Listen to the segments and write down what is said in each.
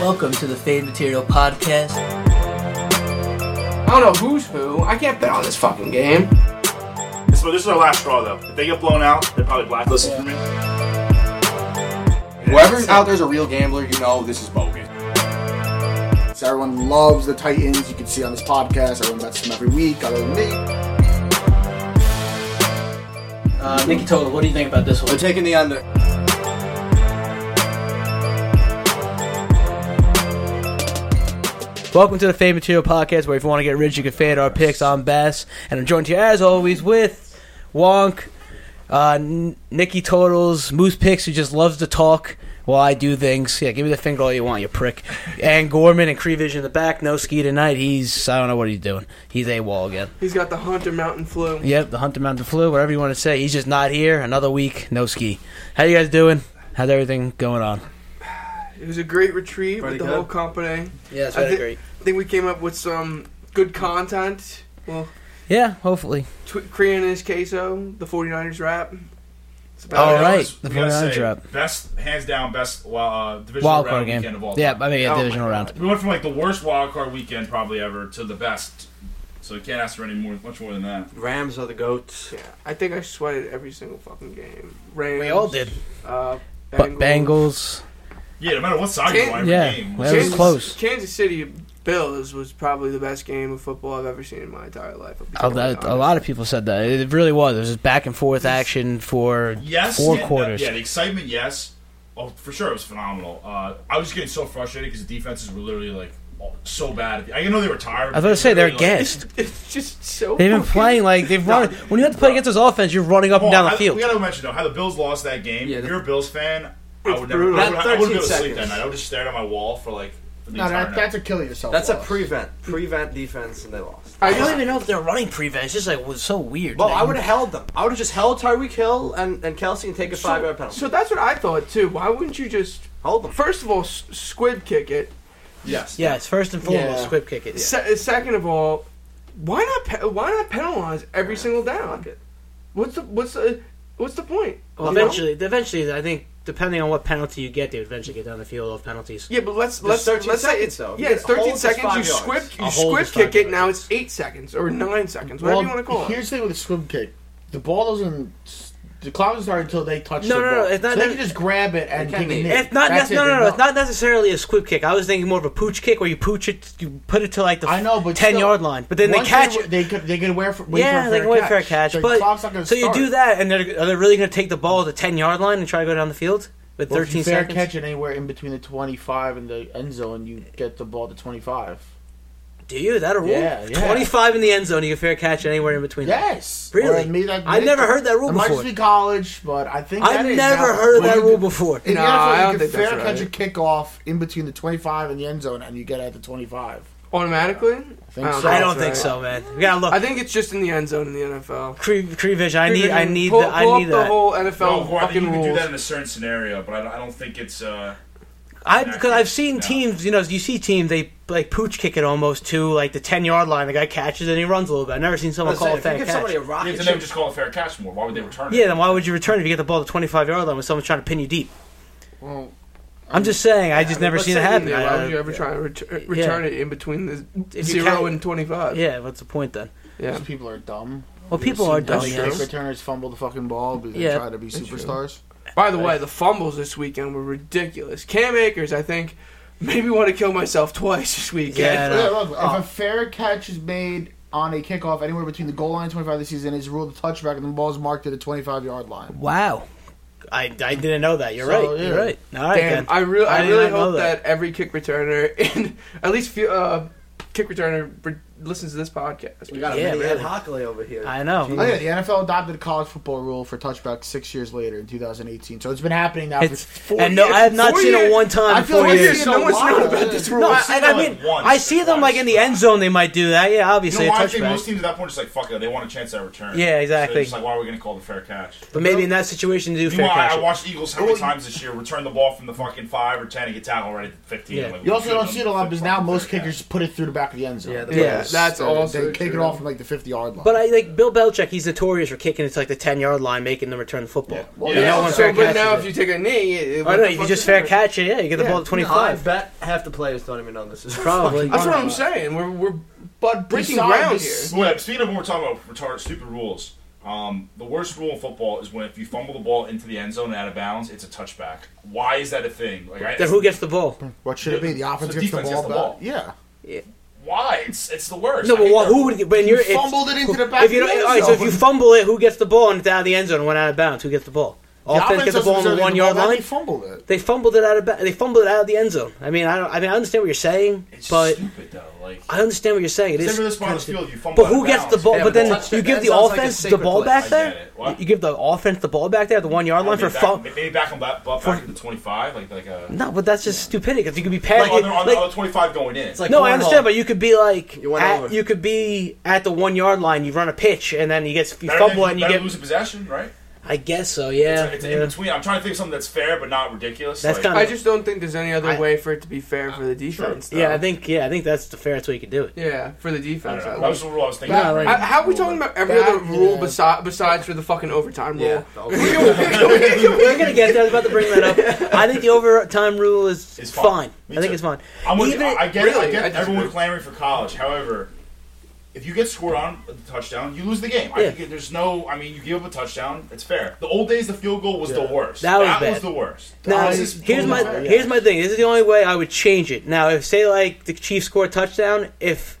Welcome to the Fade Material Podcast. I don't know who's who. I can't bet on this fucking game. This, this is our last straw, though. If they get blown out, they're probably blacklisted from it. Whoever's out there's a real gambler, you know this is bogus. So everyone loves the Titans. You can see on this podcast, everyone bets them every week, other than me. Uh, Nikki Tola, what do you think about this We're one? taking the under. Welcome to the Fade Material Podcast, where if you want to get rich, you can fade our picks. I'm Bass, and I'm joined here as always with Wonk, uh, N- Nikki Totals, Moose Picks, who just loves to talk while I do things. Yeah, give me the finger all you want, you prick. And Gorman and Creevision in the back. No ski tonight. He's I don't know what he's doing. He's a wall again. He's got the Hunter Mountain flu. Yep, the Hunter Mountain flu, whatever you want to say. He's just not here. Another week, no ski. How you guys doing? How's everything going on? It was a great retreat Pretty with the good. whole company. Yeah, it's I thi- I think we came up with some good content. Well, Yeah, hopefully. tw- Korean is queso, the 49ers rap. It's about All it. right, We the gotta 49ers say, are up. Best, hands down, best uh, divisional Wild round card game. weekend of all Yeah, time. I mean, yeah, Oh my divisional round. We went from like the worst wild card weekend probably ever to the best. So you can't ask for any more, much more than that. Rams are the goats. Yeah, I think I sweated every single fucking game. Rams, We all did. Uh, But Bengals. Yeah, no matter what side you're on, every Yeah. game. Well, That was Kansas- close. Kansas City Bills was probably the best game of football I've ever seen in my entire life. I'll be A, totally lot- a honest. lot of people said that. It really was. It was just back and forth action for Yes, four yeah, quarters. Yeah, the excitement, yes. Oh, for sure, it was phenomenal. Uh, I was getting so frustrated because the defenses were literally like all- so bad. I know they were tired. I was going to say, they're gassed. It's just so. They've been fucking- playing like they've run. When you have to play against this offense, you're running up and down the field. We gotta mention though how the Bills lost that game. Yeah, if the- you're a Bills fan, I It's would never. brutal. I would, That I wouldn't be able to 13 sleep that seconds. night. I would just stare at my wall for like for the No, entire that, night. that's a kill yourself. That's a loss. prevent. Prevent defense, and they lost. I I don't just, even know if they're running prevent. It's just like was so weird. Well, I would have held them. I would have just held Tyreek Hill and, and Kelsey and take a five yard penalty. so that's what I thought too. Why wouldn't you just hold them. First of all, s- squib kick it. Yes. Yes, first and foremost, Yeah. squib kick it. Se- second of all, why not pe- why not penalize every single down? What's the what's the what's the point? Well, You know? eventually, eventually, I think depending on what penalty you get, they would eventually get down the field off penalties. Yeah, but let's let's 13 let's say seconds, it's though. yeah, You it's can hold thirteen this seconds. You five squib you yards. A hold squib is five kick it. yards. Now it's eight seconds or nine seconds, whatever Well, you want to call it. Here's the thing with a swim kick: the ball doesn't, the clock doesn't start until they touch. No, no, the ball. no, it's not So they that- can just grab it and It can take a be. knee. It's not nec- That's it, no, they're no, no. It's not done. necessarily a squib kick. I was thinking more of a pooch kick where you pooch it, you put it to like the I know, but ten still, yard line, but then they once catch They, it. they could they could wear for, wait Yeah, for a they fair can wait for a catch. catch. The clock's not But gonna so you start. do that, and they're, are they really going to take the ball to ten yard line and try to go down the field with Well, if thirteen you fair seconds? catch it anywhere in between the 25 and the end zone, you get the ball to 25. Do you? Is that a rule? Yeah, yeah. Twenty five in the end zone, you can fair catch anywhere in between. Yes. Really? Or maybe that- I never heard that rule It might before. just be college, but I think I've that is never now- heard of Well, that you- rule before. In No, the NFL, I don't you can think fair that's catch a right. kickoff in between the 25 and the end zone, and you get at the 25. Automatically, think don't know. so. I don't That's think right. so, man. We gotta look. I think it's just in the end zone in the NFL. Cree, Cree Vision, I need, I need, pull, the, I pull need up that. the whole No, NFL well, I think fucking you could rules. do that in a certain scenario, but I, don't- I don't think it's. Uh, I because I've seen No. teams, you know, you see teams they like pooch kick it almost to like the ten yard line. The guy catches it and he runs a little bit. I've never seen someone Let's say, call a if you fair give catch. somebody a yeah, then rocket they would ship, just call a fair catch more. Why would they return it? Yeah, then why would you return if you get the ball to twenty five yard line when someone's trying to pin you deep? Well, I'm just saying, I just never Let's seen it say happen. you did. I- Why would you ever yeah. try to ret- return it in between the you zero can't- and twenty-five? Yeah, what's the point then? yeah. These people are dumb. Well, You've people seen are dumb. kick Yes. Returners fumble the fucking ball because Yeah. they try to be true. superstars. By the way, the fumbles this weekend were ridiculous. Cam Akers, I think, made me want to kill myself twice this Yeah, I weekend. know. Yeah, look, oh. if a fair catch is made on a kickoff anywhere between the goal line and 25 this season, it's ruled a touchback and the ball is marked at the 25 yard line. Wow, I, I didn't know that. You're So, right. yeah. You're right. All right, Damn, then. I really, I I, did really not know hope that. that. every kick returner and at least few, uh, kick returner re- listens to this podcast. we got a Yeah, mini really. Ed Hockley over here. I know. Oh, yeah, the NFL adopted a college football rule for touchbacks six years later in 2018. So it's been happening now It's for and no, years- I have not four seen years- it one time. I in feel four like years. it's no one's known about this rule. No, I've I, seen I it mean, like once, I see them like twice. in the end zone. They might do that. Yeah, You obviously know why? a I think most touchback. teams at that point just like fuck it. They want a chance at return. Yeah, So it's exactly. just like why are we going to call the fair catch? But maybe in that situation, they do fair Meanwhile, I, I catch. watched Eagles how many times this year return the ball from the fucking five or ten and get tackled right at the fifteen. Yeah. I'm like, we You also should've don't done see it a lot the because now fucking most fair catch. kickers put it through the back of the end zone. Yeah, the Yeah, players. That's They- also They kick it true. off from like the 50 yard line. But I like Bill Belichick. He's notorious for kicking it to like the ten yard line, making them return the football. Yeah. Well, Yeah. You know, Yeah, when so, fair but catches now if it. you take a knee, it, it, I what don't know. the If you fuck just is fair it? catch it, yeah, you get the Yeah. ball at twenty I five. bet half the players don't even know this is Probably. That's what I'm saying. We're we're but breaking Besides- ground here. Wait, speaking of when we're talking about retarded, stupid rules, um, the worst rule in football is when if you fumble the ball into the end zone and out of bounds, it's a touchback. Why is that a thing? Like, I, Then who gets the ball? what should it be? The So offense gets the defense gets ball. the back? ball. Yeah. why? It's it's the worst. No, I but hate wha- that who rule. would get when you're if- fumbled it into the back If you of the don't, end all right, so if zone. you fumble it, who gets the ball and it's out of the end zone and went out of bounds? Who gets the ball? Offense gets the doesn't ball on the deserve one yard back, line. They fumbled it. They fumbled it out of ba- they fumbled it out of the end zone. I mean, I don't. I mean, I understand what you're saying, It's but stupid though. Like, I understand what you're saying. It it's is. never this far on the kinda field. You fumble. But who out of gets the bounds. ball? Yeah, But but then touch- you that give the sounds like a offense the sacred ball play. back I get there. it. What? You give the offense the ball back there at the one yard Or line for maybe back- fumble. Maybe back on back, back for- to the twenty-five, like uh, like a. No, but that's just stupidity because you could be Like, passing. on the, on the like, other 25 going in. like no, I understand, cornhole. but you could be like You went at, over. you could be at the one yard line. You run a pitch and then you get you better fumble than, and you better get. lose a possession, right? I guess so. Yeah. it's it's yeah. in between. I'm trying to think of something that's fair but not ridiculous. That's like, kinda- I just don't think there's any other I- way for it to be fair for the defense. though. Yeah, I think yeah, I think that's the fairest way you could do it. Yeah, for the defense. I don't know. at That least. was the rule I was thinking. Yeah, of. like- I- how are we talking about every That- other rule yeah. besi- besides for the fucking overtime rule? Yeah. We're gonna get there. I was about to bring that up. I think the overtime rule is It's fine. fine. I Me think too. it's fine. I'm with, Even- I, I get, really, I I get disagree. everyone clamoring for college. However, if you get scored on with a touchdown, you lose the game. Yeah. I think there's no. I mean, you give up a touchdown. It's fair. The old days, the field goal was Yeah. the worst. That was bad. the worst. Now, That is here's totally my fair, yeah. here's my thing. This is the only way I would change it. Now, if say like the Chiefs score a touchdown, if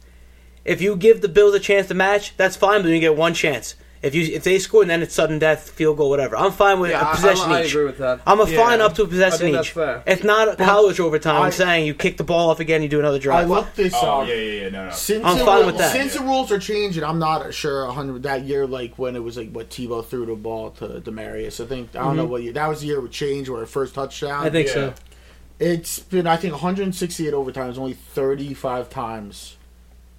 if you give the Bills a chance to match, that's fine. But you get one chance. If you if they score, then it's sudden death, field goal, whatever. I'm fine with Yeah, a I- possession I, I, each. agree with that. I'm a Yeah. fine up to a I possession think that's each. fair. It's not a college overtime. I, I- am saying you kick the ball off again, you do another I drive. looked this uh, Oh up. yeah, yeah, yeah. No, no. Since I'm the fine rule- with that. Since the rules are changing, I'm not sure 100 that year, like when it was like what Tebow threw the ball to Demarius. I think I don't know what year that was. The year with change where first touchdown. Mm-hmm. I think Yeah. so. it's been I think 168 overtimes. Only 35 times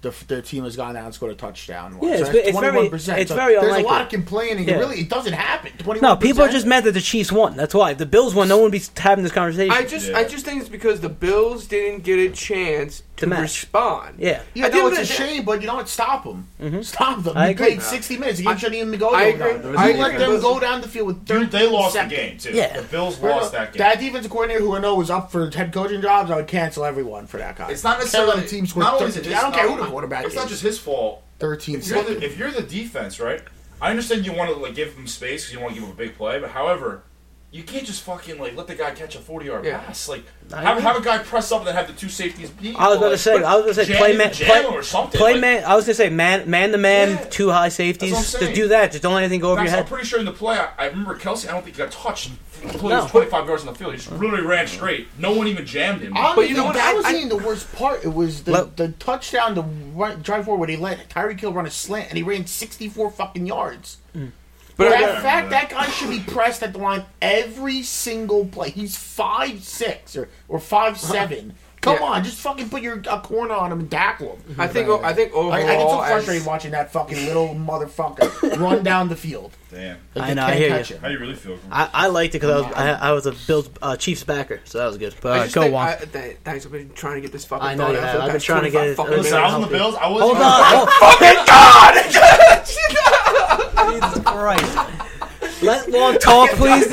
the, the team has gone down and scored a touchdown. Yeah, it's- that's it's very- 21%. it's So very There's unlikely. a lot of complaining. Yeah. It really, it doesn't happen. 21%. No, people are just mad that the Chiefs won. That's why. If the Bills won, no one would be having this conversation. I just, I Yeah. just think it's because the Bills didn't get a chance To to, match. respond. yeah. Yeah, I did no, it's what a I did. shame, but you know what? Stop them. Stop them. Mm-hmm. I You agree. played 60 minutes. You shouldn't even go I down. agree. You I let agree. them go down the field with 30 Dude, they lost seconds. the game too. Yeah. The Bills Well, lost that game. That defensive coordinator, who I know was up for head coaching jobs, I would cancel everyone for that guy. It's not Can't let necessarily a team score not only is it 13. his- I don't care who not- the quarterback It's is. not just his fault. 13 If you're, the, seconds. if you're the defense, right? I understand you want to like give him space because you want to give him a big play, but however, you can't just fucking like let the guy catch a forty yard Yeah. pass. Like I have, agree. have a guy press up and then have the two safeties beat. I was about to Like, say. I was going to say jam play him, man, jam play, him or something. play like, man. I was going to say man, man to man, Yeah. two high safeties. That's what I'm Just saying. do that. Just don't let anything go over your that's- I'm head. pretty sure in the play, I, I remember Kelsey. I don't think he got touched. until He No. Mm. was 25 yards on the field. He just literally ran straight. No one even jammed him. Honestly, But you know what? that I- was I- even the worst part. It was the, Let- the touchdown, the right, drive forward when he let Tyreek Hill run a slant, and he ran 64 fucking yards. But But I- that fact, that guy should be pressed at the line every single play. He's five six or or five seven. Come Yeah. on, just fucking put your a corner on him and tackle him. I think, I think overall, I, I get so as- frustrated watching that fucking little motherfucker run down the field. Damn. Like I they know, I can't hear catch you. him. How do you really feel? I, I liked it because I Oh was I, I was a Bills uh, Chiefs backer, so that was good. But I all right, just go think- on. I- th- thanks. I've been trying to get this fucking I know thought you out have. for the I've been past trying to get 25 it- fucking Listen, I was on the minutes. Bills. I was. Hold on. Oh, Jesus Christ. Let Long talk, please.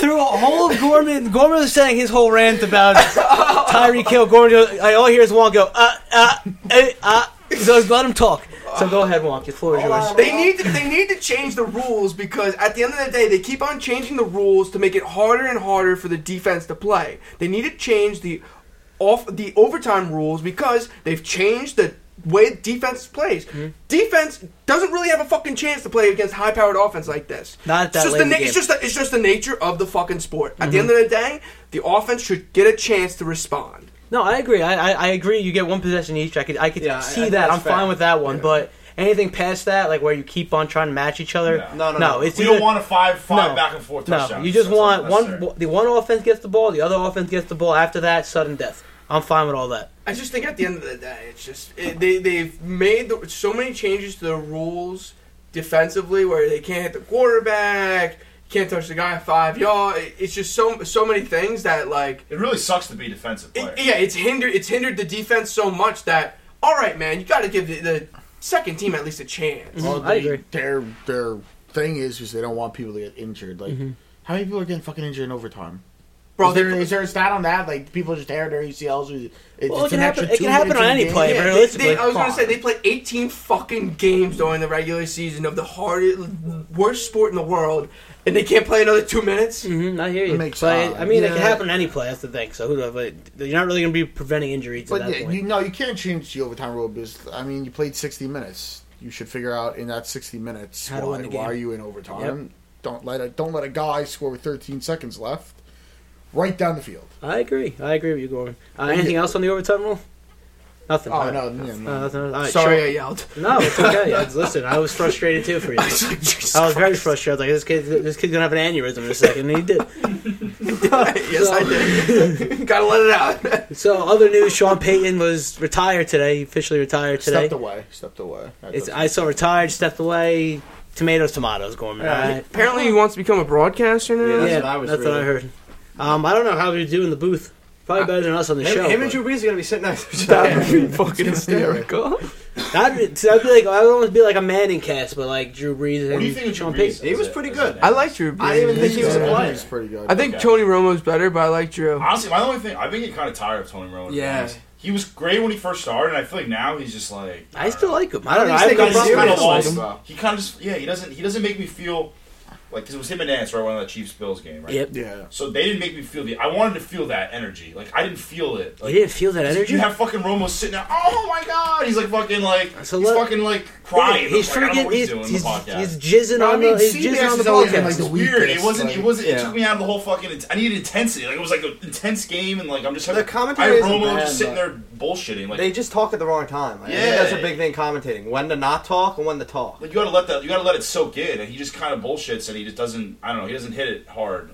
Through a whole of Gorman, Gorman was saying his whole rant about Tyreek Hill. Gorman, goes, I all I hear is Wong go, uh, uh, eh, uh. So let him talk. So go ahead, Wong. Your floor is yours. They need to they need to change the rules because at the end of the day they keep on changing the rules to make it harder and harder for the defense to play. They need to change the off the overtime rules because they've changed the way defense plays. Hmm. Defense doesn't really have a fucking chance to play against high powered offense like this. Not that it's just late the, in na- the it's game. Mm-hmm. just the, it's just the nature of the fucking sport. At the end of the day, the offense should get a chance to respond. No, I agree. I, I, I agree. You get one possession each. I could I could Yeah, I- I see think that. that's I'm fine fair. with that one. But anything past that, like where you keep on trying to match each other, No, no, no. It's We either, don't want a five-five No. back and forth no. touchdown. You just That's want unnecessary. one. The one offense gets the ball. The other offense gets the ball. After that, sudden death. I'm fine with all that. I just think at the end of the day, it's just it, they they've made the, so many changes to the rules defensively where they can't hit the quarterback, can't touch the guy at five yards. It- It's just so so many things that like It really sucks to be a defensive player. it, yeah, it's hindered it's hindered the defense so much that all right, man, you got to give the, the second team at least a chance. Well, Mm-hmm. I they- agree. Their their thing is is they don't want people to get injured. Like, Mm-hmm. how many people are getting fucking injured in overtime? Bro, is there, they- is there a stat on that? Like, people just tear their ACLs. It's Well, it it's can an extra happen- it two can happen minutes on in any the game. play, Yeah, but they- they- realistically- I was gonna say they played 18 fucking games during the regular season of the hardest, worst sport in the world, and they can't play another two minutes. Mm-hmm, I hear you. Makes But I- sense. I mean, it Yeah. can happen in any play. That's the thing. So who do I? But you're not really going to be preventing injuries at But that yeah, point. you no, you can't change the overtime rule because I mean, you played sixty minutes. You should figure out in that sixty minutes How to why, win the why game. are you in overtime? Don't let a don't let a guy score with thirteen seconds left, right down the field. I agree. I agree with you, Gorman. Uh, anything else on the overtime rule? Nothing. Oh All right. no, yeah, no. Uh, nothing. All right, Sorry, I Sean- yelled. No, it's okay. I- Listen, I was frustrated too for you. I was like, Jesus I was very Christ. frustrated. Like this kid, this kid's gonna have an aneurysm in a second, and he did. yes, I did. Gotta let it out. So, other news: Sean Payton was retired today. He officially retired today. stepped away, stepped away. That It's doesn't- I saw retired, stepped away. Tomatoes, tomatoes, Gorman. All right. Apparently, he wants to become a broadcaster now. Yeah. Yeah, That's what I was that's what I heard. Um, I don't know how we do in the booth. Probably better than us on the Him, show. him and but Drew Brees are gonna be sitting next to each That other. would be fucking hysterical. that'd, be, that'd be like I would almost be like a Manning cast, but like Drew Brees and What do you think of Sean Drew Payton. Brees? He was as a- pretty as good. an I like Drew. Brees. I didn't even think he was a Yeah, player. he's pretty good. I think Tony Romo's better, but I like Drew. Honestly, my only thing I've been getting kind of tired of Tony Romo. to be Yeah. honest. he was great when he first started, and I feel like now he's just like I still like him. I don't know. At least I've they got got he's kind of serious. lost. He kind of just yeah. He doesn't he doesn't make me feel like 'cause it was him and Nance right one of the Chiefs Bills game right. Yep. yeah. So they didn't make me feel the. I wanted to feel that energy. Like I didn't feel it. You Like, didn't feel that energy. You have fucking Romo sitting there. Oh my god, he's like fucking like So he's let- fucking like crying. He's like, I don't know freaking. what he's, He's, doing in he's, the podcast. he's jizzing I on mean, the. He's jizzing on CBS the has always been, podcast. like, It's the weird. It weakest, wasn't. like- it wasn't. It Yeah. took me out of the whole fucking. int- I needed intensity. Like it was like an intense game, and like I'm just The having. I commentary have isn't Romo bad, just sitting but- there bullshitting. Like They just talk at the wrong time. I think Yeah. that's a big thing commentating. When to not talk and when to talk. Like you gotta let that you gotta let it soak in, and he just kind of bullshits, and he just doesn't. I don't know. He doesn't hit it hard.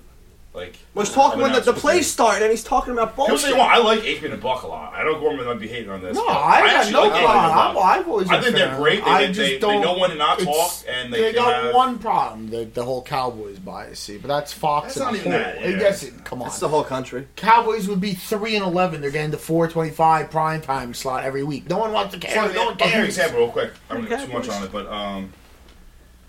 Like Was talking when the, the announcers do. play started and he's talking about People bullshit. say, "Well, I like Aikman and Buck a lot." I know Gorman might be hating on this. No, but I, got actually no like Aikman and Buck. problem. I've always. I been think a they're fan. great. They- I they- just they don't, know when to not it's- talk, and they they can got have- one problem: the, the whole Cowboys bias. But that's Fox. That's and not the even whole- that, yeah. Yes, it, come on. That's the whole country. Cowboys would be three and eleven. They're getting the four twenty-five prime time slot every week. No one wants to It's like care. the- No one I'll give you an cares. example real quick. I don't get too much on it, but um,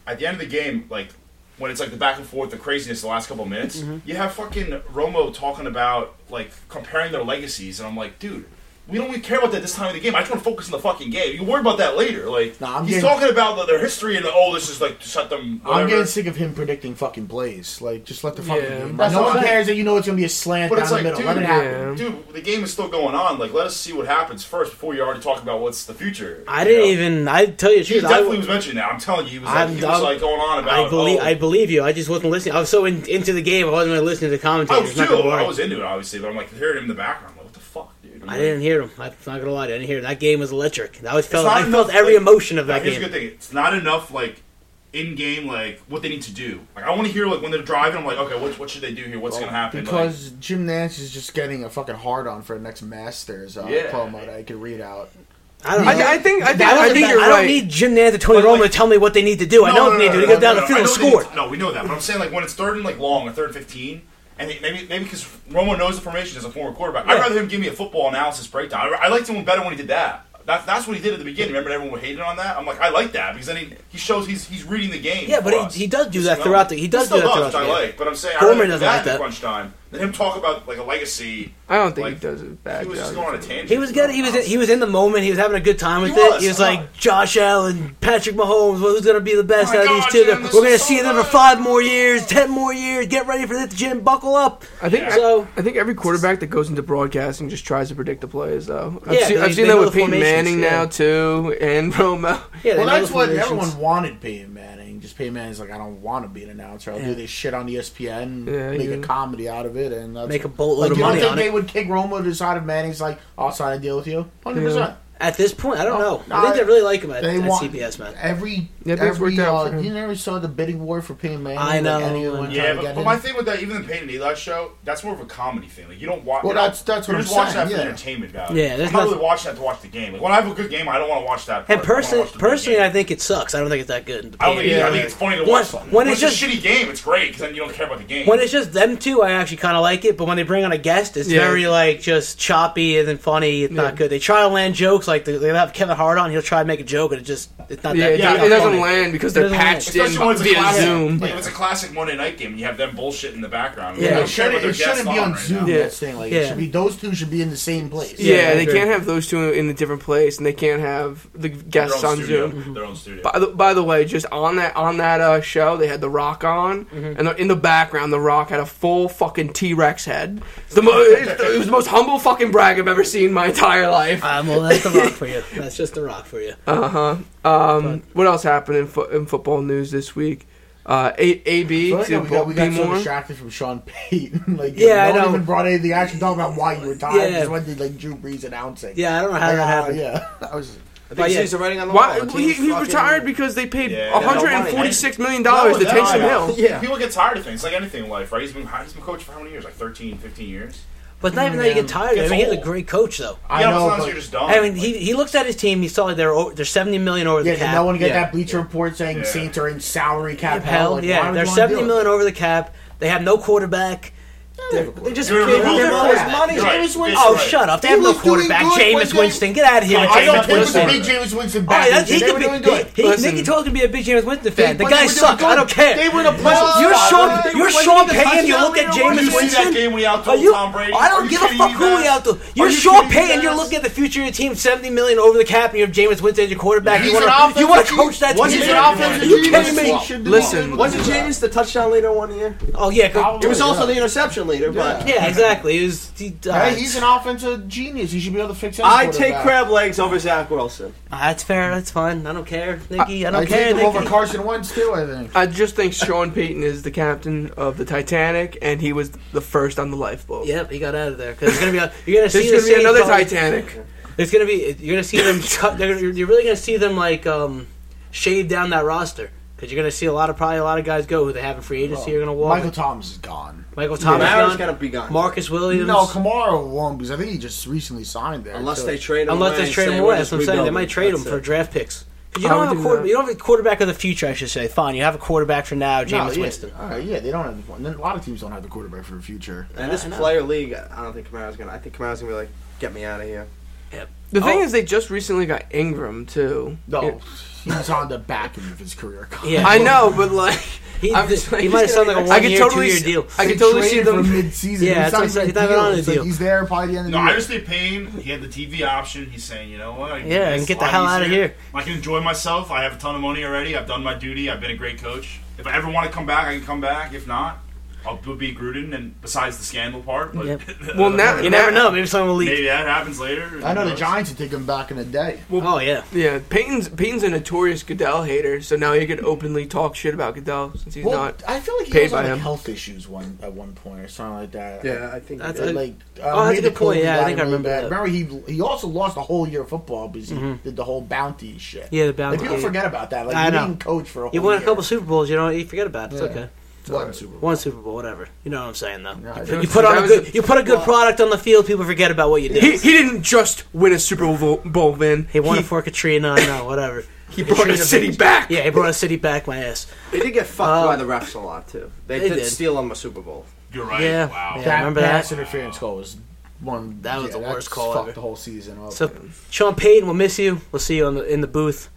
at the end of the game, like when it's like the back and forth, the craziness, the last couple minutes, Mm-hmm. you have fucking Romo talking about like comparing their legacies, and I'm like, dude. We don't even care about that this time of the game. I just want to focus on the fucking game. You can worry about that later. Like Nah, I'm he's getting- talking about the, their history and oh, this is like to shut them. I'm whatever. getting sick of him predicting fucking plays. Like, just let the fucking Yeah. game. That's No what one I'm saying. cares that you know it's gonna be a slant But down it's the like, middle. dude, Let it happen. dude, the game is still going on. Like, let us see what happens first before you already talk about what's the future. I you didn't know? even. I tell you the He truth. I, definitely was mentioning that. I'm telling you, he was like, I'm- he was, I'm- like going on about. I believe. oh, I believe you. I just wasn't listening. I was so in, into the game. I wasn't really listening to the I commentators. was It's not gonna too. I lie. was into it, obviously, but I'm like hearing him in the background. I'm like, what the fuck, dude? I'm I like- didn't hear him. I'm not gonna lie. I didn't hear him. That game was electric. I was felt. not I felt enough, every like- emotion of Like, that here's game. the good thing. It's not enough like in game like what they need to do. Like I want to hear like when they're driving. I'm like, okay, what what should they do here? What's gonna happen? Because Jim Nance is just getting a fucking hard on for the next Masters uh, Yeah. promo that I could read out. I don't know. I, I think. I think, I I don't, think need, you're I don't right. need Jim Nance or Tony But, Romo like- to tell me what they need to do. I know what they need to do. They go down the field and I know score. they need to- No, we know that. But I'm saying like when it's third and like long, a third and fifteen, and they- maybe maybe because Romo knows the formation as a former quarterback. I'd Yeah. rather him give me a football analysis breakdown. I, I liked him better when he did that. That's that's what he did at the beginning. Remember, everyone hated on that. I'm like, I like that because then he, he shows he's he's reading the game. Yeah, but for he- us. he does do Just that know. throughout the- he does still do that does, throughout the which I game. like, but I'm saying Homer I rather doesn't that like than that. Crunch time. Than him talk about like a legacy. I don't think Like, he does it bad. He was just job. going on a tangent. He was good. He was he was in the moment. He was having a good time with He it. was, He was huh? like Josh Allen, Patrick Mahomes. well, Who's gonna be the best Oh my out of these God, two? Jim, They're- this We're gonna is so see them for good. five more years, ten more years. Get ready for this, Jim. Buckle up. I think Yeah. so. I think every quarterback that goes into broadcasting just tries to predict the plays, though. I've Yeah, seen, they- I've seen they that know with the Peyton formations, Manning yeah. now too, and Romo. Yeah, Well, they know that's the what formations. everyone wanted Peyton Manning. Just Peyton Manning's like, I don't want to be an announcer. I'll Yeah. do this shit on E ESPN, Yeah, make a yeah. comedy out of it, and that's, Make a boatload like, of you money don't think on they it. would kick Romo to the side of Manning's like, I'll sign a deal with you, hundred percent. At this point, I don't know. I think I- they really like him at, They at want CBS, man. every Yeah, things every worked out for uh, him. you never saw the bidding war for Peyton Manning. I know. Like, anyone trying Yeah, to but, get but him? my thing with that, even the Peyton and Eli show, that's more of a comedy thing. Like you don't watch. Well, you're not- that's- that's what you're I'm just watching that saying, for yeah. the entertainment value. Yeah, there's I'm not nothing- really watching that to watch the game. Like when I have a good game, I don't want to watch that. And part. I wanna personally, watch the big personally, game. I think it sucks. I don't think it's that good. I don't think, Yeah. I think it's funny to When- watch something. when When it's it's, just- a shitty game, it's great because then you don't care about the game. When it's just them two, I actually kind of like it. But when they bring on a guest, it's Yeah. very like just choppy and then funny. It's Yeah. not good. They try to land jokes. like they- they'll have Kevin Hart on. He'll try to make a joke, and it just it's not Yeah, that. it, Yeah, it doesn't funny. land because It they're doesn't land. patched in Especially when it's a via classic, Zoom. like, if it's a classic Monday night game and you have them bullshit in the background. Yeah, They it shouldn't, don't it care what shouldn't their be guests on right Zoom. now. That's the thing. Like, Yeah. it should be those two should be in the same place. Yeah, Yeah, I they agree. can't have those two in a different place, and they can't have the Their guests own on studio. Zoom. Their own studio. By the, by the way, just on that on that uh, show, they had The Rock on, Mm-hmm. and the, in the background, The Rock had a full fucking T Rex head. It's the mo- it's the- it was the most humble fucking brag I've ever seen in my entire life. Um, well, that's the rock for you. That's just the rock for you. Uh huh. Um, what else happened in, fo- in football news this week? Uh, a- AB I feel to like we got, we be got so more. distracted from Sean Payton. Like, Yeah, I no one know. even brought anything. Actually, talking about why you retired. Yeah. Just when did like Drew Brees announcing? Yeah, I don't know how Like, that uh, happened. Yeah, that was. I But think yeah. he's writing on the wall. Why, The he, team's he fucking- retired because they paid Yeah. $146 million No, to no, Taysom no, Hill. no. Yeah. People get tired of things, like anything in life, right? He's been he's been coach for how many years? Like 13, 15 years. But not even that you get tired. of it. I Gets mean, he's a old. great coach, though. I yeah, but know. sometimes but- you're just dumb. I mean, he, he looks at his team. He saw like they're o- they're seventy million over the yeah, did cap. no one get Yeah. that Bleacher Report saying Yeah. Saints are in salary cap hell? Hell, Like, why yeah, would they're you wanna do seventy it? million over the cap. They have no quarterback. They just You're in gave the him wrong their class. first money. You're right. James Winston. That's Oh, right. shut up! They He have no was doing quarterback. good when Jameis they- Winston, get out of here! with I I know know Jameis Jameis they was a Winston. big James Winston Oh, back. yeah, then. he they could were doing good. be. He, he, Listen. Nicky Toll could be a big Jameis Winston fan. They- the but guy they were sucks. doing- I don't care. They were in a playoff. you're spot. Sean. You're When Sean did the Payton. You touchdown look at leader Did was- Jameis you see that Winston. game when he Are outdid you? Tom Brady? I Are don't you give a kidding fuck me, who he guys? out to. You're Are you Sean kidding me, Payton. You're guys? looking at the future of your team, seventy million over the cap, and you have Jameis Winston as your quarterback. You He's want an to? offensive You want to genius. coach that Once team? he's an an offensive offensive You genius, kidding me? he should do Listen. it. Wasn't James the touchdown leader one year? Oh yeah, go- It was Yeah. also the interception leader, but. yeah, exactly. He was. He, all Hey, right. he's an offensive genius. He should be able to fix any I take quarterback. crab legs over Zach Wilson. Ah, that's fair. That's fine. I don't care, Nicky. I, don't I care, take him Nicky. over Carson Wentz too. I think. I just think Sean Payton is the captain of the Titanic, and he was the first on the lifeboat. Yep, he got out of there because it's gonna be. A, you're gonna see This the is gonna same be another probably- Titanic. It's gonna be. You're gonna see them. cut, they're, gonna- you're really gonna see them like um, shave down that roster because you're gonna see a lot of probably a lot of guys go who they have in free agency. you're gonna walk. Michael Michael, Thomas is gone. Thomas, Kamara's gone, gotta be gone. Marcus Williams. No, Kamara won't because I think he just recently signed there. Unless too. they trade him unless away they trade and him say, away. we're That's just what I'm saying. They rebuilding. might trade him That's for it. draft picks. 'Cause You I don't, would have a do quarter, that. you don't have a quarterback of the future, I should say. Fine, you have a quarterback for now, No, Jameis yeah, Winston. All right, yeah, they don't have. and then A lot of teams don't have the quarterback for the future. In this player league, I don't think Kamara's gonna. I think Kamara's gonna be like, get me out of here. The thing Oh. is, they just recently got Ingram too. Yeah. No, he's on the back end of his career. Yeah. I know, but like, He, I'm just like- he might have signed like a I one could year, totally two year s- deal. I can totally see them. mid-season. Yeah, He's that's what I'm signed saying. He's that not even on deal. the It's like deal. He's there probably the end of No, the I year. understand Payne. He had the TV option. He's saying, you know what? I can Yeah, do and this get a the lot hell outta easier. here. I can enjoy myself. I have a ton of money already. I've done my duty. I've been a great coach. If I ever want to come back, I can come back. If not, I'll be Gruden. And besides the scandal part, but Yep. Well, now You never know. Maybe someone will leak. maybe that happens later. I know Who the knows? Giants would take him back in a day. Oh yeah. Yeah, Peyton's Peyton's a notorious Goodell hater, so now he could openly talk shit about Goodell since he's well, not. I feel like he paid was by on like him. health issues one at one point or something like that. Yeah, I think. That's They, like, uh, Oh, that's made a good the point. COVID Yeah, I guy think I really remember bad. that. Mm-hmm. Remember, he he also lost a whole year of football because he did the whole bounty shit. Yeah, the Like, bounty. people forget about that. Like I he know. didn't coach for a whole You won a year. couple Super Bowls, you know, you forget about it. It's Yeah. okay. One Super Bowl. One Super Bowl, whatever. You know what I'm saying, though. Yeah, I you, do. you put on That a was good, the- you put a good product on the field. People forget about what you did. He, he didn't just win a Super Bowl, Bowl win. He won he, it for Katrina. No, whatever. he brought Katrina his city Vince. back. Yeah, he brought a city back my ass. They did get fucked by the refs a lot too. Um, They, They did, did. steal them a Super Bowl. You're right. Yeah. Wow. Yeah. That remember pass that? interference call was one. That was yeah, the that worst call Fucked ever. the whole season up. So, Sean Payton, we'll miss you. We'll see you on the, in the booth.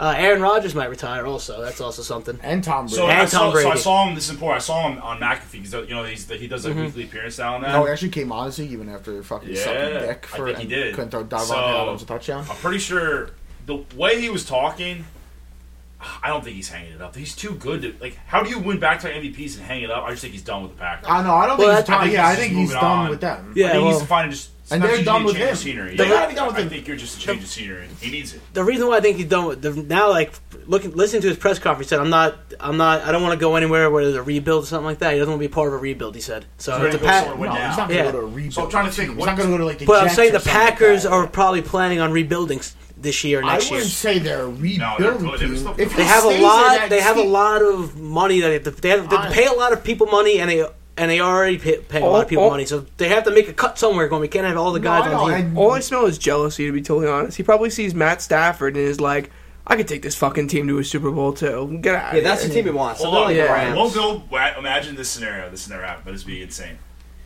Uh, Aaron Rodgers might retire, also. That's also something. and Tom Brady. So I, And saw, Tom so I Brady. saw him. This is important. I saw him on McAfee because you know he's, he does a Mm-hmm. weekly appearance now and then. no, he actually came honestly even after fucking uh, Yeah, sucking dick I for think he and did. couldn't throw Davon So- Adams a touchdown. I'm pretty sure the way he was talking. I don't think he's hanging it up. He's too good to like. How do you win back to MVPs and hang it up? I just think he's done with the Packers. I know. I don't Well, think he's that's- I done. think Uh, Yeah, I he's think just he's moving done on. with them. I Yeah, think he needs well- to find just. And sometimes they're you done need a with change him. Of scenery. They Yeah, gotta be done with I him. think you're just a change of scenery. He needs it. The reason why I think he's done with the, now, like looking, listening to his press conference, he said, "I'm not, I'm not, I don't want to go anywhere where there's a rebuild or something like that. He doesn't want to be part of a rebuild." He said, "So Ready it's a to go pat." somewhere No, down. he's not gonna Yeah. go to a rebuild. So I'm trying to think, team. He's what- not gonna go to like the. But I'm Jets saying or the something like Packers that. are probably planning on rebuilding s- this year, I next wouldn't year. say they're they're a rebuilding good. They were team. still If good. he They have a stays there, lot. that They have a team- lot of money that they have to, they have, they have to pay a lot of people money, and they and they already pay, pay a lot of people Oh, oh. money. So they have to make a cut somewhere. Going, we can't have all the No, I guys know, on the team. and- All I smell is jealousy, to be totally honest. He probably sees Matt Stafford and is like, I could take this fucking team to a Super Bowl, too. Get out Yeah, that's the here. team he wants. Hold Something on. like yeah. the Won't Rams. go. wa- Imagine this scenario. This never happened, but it's be insane.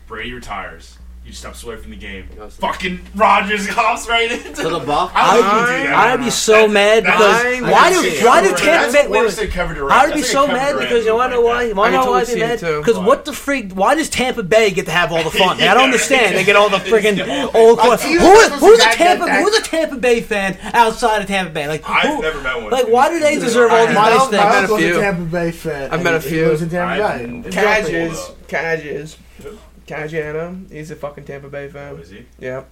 Brady retires. You steps away from the game. Fucking Rogers hops right into To the buff. I would do that. I'd be so mad That's- because I why can do see it. why do That's Tampa Bay? worse wait, than Kevin Durant. I would be That's so like a Kevin mad Durant because you want to know move why? like You that. want to know totally why I'd be see it mad? too. Because what the freak? Why does Tampa Bay get to have all the fun? I don't understand. They get all the freaking old. A Who, team is- that's who's a supposed to Tampa? back that- Who's a Tampa Bay fan outside of Tampa Bay? Like I've who, never met one. Like why do they deserve I all have. these My nice I've met things? uncle was few. a Tampa Bay fan. I've met a and he- few. He lives in Tampa I've- Bay. Exactly. Cages, Cages, Cagiano. He's a fucking Tampa Bay What fan. is he? Yeah,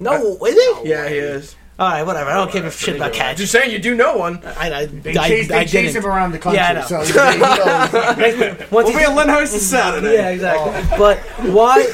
No, is it? yeah, he is. All right, whatever. I don't give a shit about I'm catch. just saying, you do know one. I, I, They I, chase, I they chase him didn't. around the country. Yeah, I know. So he knows. Next- once he's- Lyndhurst on Saturday. Yeah, exactly. But why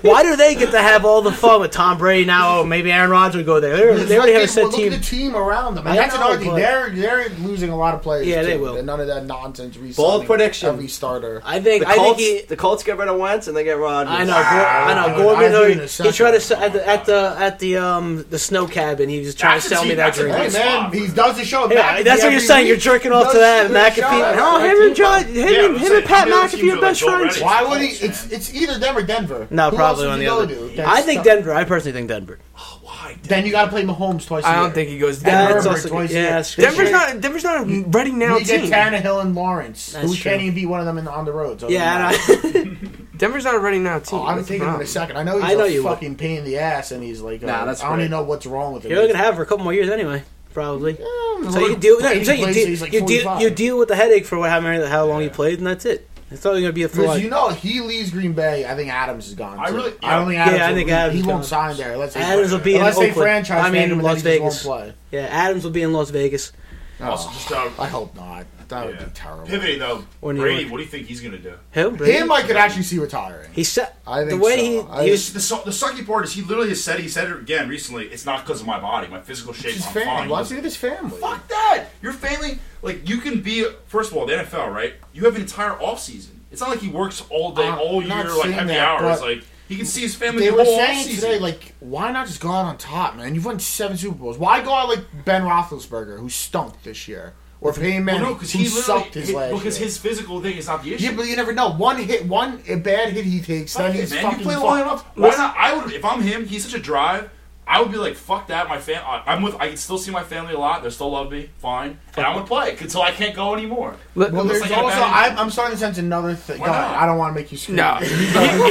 why do they get to have all the fun with Tom Brady now? Oh, Maybe Aaron Rodgers would go there. They already- It's They already have a like they- set well, team. Look at the team around them. I And that's know, another thing. but- They're they're losing a lot of players. Yeah, they too. will. And none of that nonsense. Bold resigning prediction. Every starter. I think The I think Colts, he. the Colts get rid of Wentz and they get Rodgers. I know. Gor I know. I Gorman. do in a already- He tried to second. sell, at the at the at the um the snow cabin. He was trying That's to a sell me team- that that's a dream. Hey Nice man, spot. he does the show. Yeah, that's what you're saying. You're jerking off to that McAfee. No, him and John, him, Yeah, and- I'm him and saying, Pat the other McAfee teams are are best like already- friends. Why would he? Colts, It's it's either them or Denver. No, Who probably else on would the you go other. to? That's I think tough. Denver. I personally think Denver. Why? Then you got to play Mahomes twice. I a don't year. think he goes Yeah, Denver. it's Denver also- twice a yeah, year. that's true. Denver's not. Denver's not a ready now We get team. Tannehill and Lawrence. That's we can't true. even beat one of them in, on the road. So Yeah, I, and I, Denver's not a ready now team. oh, I'm That's the taking him in a problem. second. I know he's I know a you would. fucking pain in the ass, and he's like, uh, Nah, that's I don't great. even know what's wrong with him. you're gonna have her a couple more years anyway, probably. Yeah, So look, you deal. No, he I'm saying you plays- deal. he's like you, deal 45. you deal with the headache for what, how many, how long you played, and that's it. It's only going to be a flaw. Because you know he leaves Green Bay, I think Adams is gone. I too. really- I don't think Adams. Yeah, I will think leave. Adams he won't gone. sign there. Let's say Adams will be in unless they Oakland. franchise I mean, him and Las then he just Vegas. won't yeah, Adams will be in Las Vegas. play. Also, just I uh, hope not. That would Yeah. be terrible. pivoting though. Or New Brady, York. what do you think he's gonna do? Who? Brady? Him, I could actually see retiring. He said I think the way so. he, I- he The, was. the, su- the sucky part is he literally has said he said it again recently. It's not because of my body, my physical shape. His I'm family. fine. What's he with his family? Fuck that! Your family, like, you can be, first of all, the NFL, right? You have an entire offseason. It's not like he works all day, Uh, all not year, like, saying heavy that, hours. but Like, he can see his family They the were whole saying offseason. today, like, why not just go out on top, man? You've won seven Super Bowls. Why go out like Ben Roethlisberger, who stunk this year, or well, Peyton Manning, no, because who he literally, sucked his his- last because year? his physical thing is not the issue. yeah, but you never know. One hit, one bad hit he takes, Fuck then it, he's man. fucking you play fucked. long enough. Why not? I would, if I'm him, he's such a drive. I would be like, fuck that. My fam, I- I'm with. I can still see my family a lot. They still love me. Fine, and I'm gonna play until I can't go anymore. Let- Well, Looks there's like an also abandoned- I'm, I'm starting to sense another thing. Why God, not? I don't want to make you scream. No, He-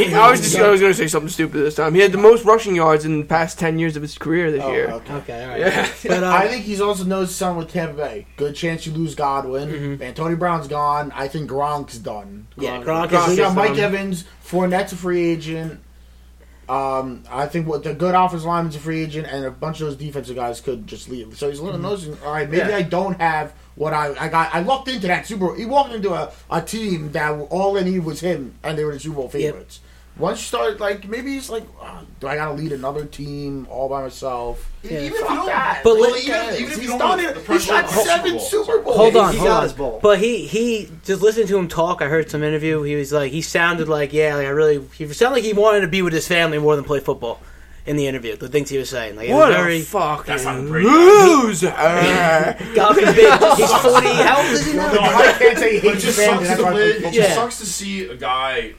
he- I was just I was gonna say something stupid this time. He had the most rushing yards in the past ten years of his career this Oh, year. okay. Okay, all right. Yeah. But uh, I think he's also knows something with Tampa Bay. Good chance you lose Godwin. Man, Tony Brown's gone. I think Gronk's done. Mm-hmm. Yeah, Gronk So is you got just, Mike um, Evans. Fournette's a free agent. Um, I think what the good offensive lineman's a free agent, and a bunch of those defensive guys could just leave. So he's looking those. All right, maybe Mm-hmm. Yeah. I don't have what I I got. I looked into that Super Bowl. He walked into a, a team that all they needed was him, and they were the Super Bowl Yep. favorites. Once you start like maybe he's like, "Ah, do I gotta lead another team all by myself? E-, Even if you Fuck don't, that. But like, let- even, if- even if he's you don't, done want it. the He pressure shot of the seven Super Bowl. Super Bowls. hold he- on, he hold got on. his ball. But he he just listening to him talk. I heard some interview. He was like, he sounded like, yeah, like I really. He sounded like he wanted to be with his family more than play football. In the interview, the things he was saying, like it was What very a fucking That's not Brady. loser! God forbid, he's forty. How old is he now? No, I can't say But it he's just banned, sucks that's to why I live- put- it just Yeah. sucks to see a guy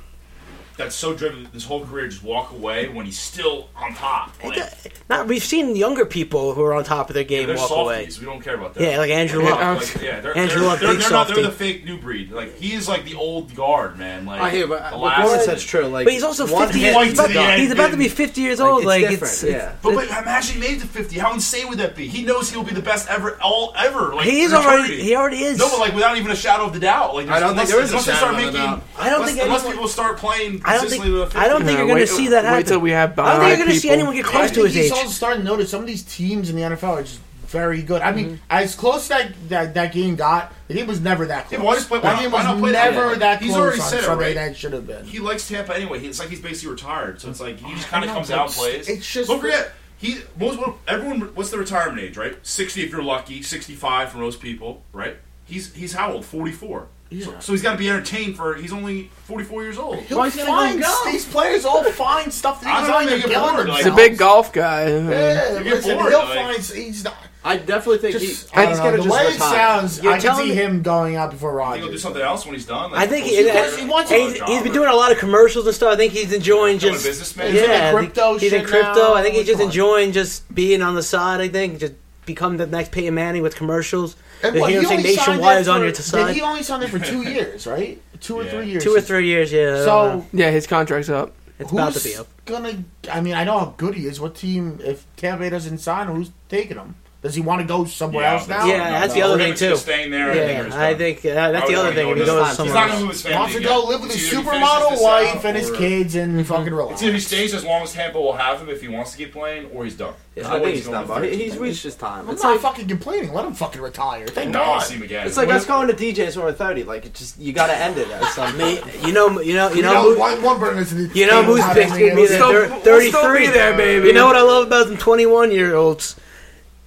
that's so driven this whole career just walk away when he's still on top. Like, Not we've seen younger people who are on top of their game they're walk away. softies. We don't care about that. Yeah, like Andrew Luck. Yeah, Like, yeah, they're, Andrew they're, Luck, they're, big they're, not, they're the softy. fake new breed. Like he's like the old guard, man. Like I hear, but the but last- Gordon said true. Like, but he's also one fifty. hit, point He's to about, the he's end, about to and- be fifty years old. Like it's it's, different, it's- yeah. But wait, imagine he made it to fifty. How insane would that be? He knows he'll be the best ever, all ever. Like he is for already. eternity. He already is. No, but like without even a shadow of the doubt. Like I don't unless- think there is a unless they shadow start of a making- doubt. I don't unless- think unless anyone- people start playing I don't think. consistently to the 50. I don't think you're going to wait- see that happen. Wait till we have. I don't think Bye you're going to see people. anyone get close to his he's age. also starting to notice some of these teams in the NFL are just very good. I mean, Mm-hmm. as close that, that that game got, the game was never that Yeah, close. why just play- why the game not- why was not play that never game? that He's close already on said it, Sunday right? that should have been. he likes Tampa anyway. He, it's like he's basically retired. So it's like he just I kind of know, comes but out and it's- plays. it's just- don't forget he most everyone. What's the retirement age? Right, sixty if you're lucky. Sixty-five for most people. Right. He's he's how old? Forty-four. So, so he's got to be entertained for. He's only 44 years old. He'll find these players all find stuff that I he don't know, doesn't they even get build bored, like- themselves. He's a big golf guy. Yeah, You get listen, bored, he'll like- find. He's not. I definitely think Just, he, I he's don't gonna know. The just way it retire. sounds, You're I can telling see me- him going out before I think he'll do Rodgers. something else when he's done. Like, I think go he, see wants- a he wants- job he's, he's been doing a lot of commercials and stuff. I think he's enjoying Becoming a just businessman? He's in Yeah, the I think crypto he's in shit crypto. now. I think he's What's just going on? enjoying just being on the side. I think just become the next Peyton Manning with commercials. And The what, hero he saying only signed nationwide there is on for- your Did side. he only signed there for two years, right? Two or Yeah. three years. Two or three years, yeah. I don't So know. Yeah, his contract's up. it's who's about to be up. gonna? I mean, I know how good he is. What team? If Tampa Bay doesn't sign, him, who's taking him? Does he want to go somewhere Yeah, else now? Yeah, that's the Or other him thing, is just too. Staying there. Yeah, I think uh, that's the other thing. When he goes He's not somewhere, going to else. move his family. Wants to again. go live with It's his either he finishes supermodel this wife out and his or- kids and fucking relax. It's either he stays as long as Tampa will have him if he wants to keep playing, or he's done. There's no I way think he's going done, to bro. He- 13. He's reached his time. I'm It's not like fucking complaining. Let him fucking retire. Thank No, I'll God. see him again. it's like us going to DJs when we're thirty. Like it just you gotta end it at some. Me- you know, you know, you You know, know, Moose- one, one burner is you know, Moose Pick's gonna be still- there. we'll Thirty still three be there, baby. You know what I love about them twenty one year olds?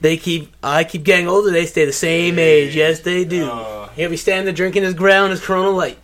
They keep, I keep getting older. They stay the same age. Yes, they do. Uh, He'll be standing there drinking his ground, his Corona Light.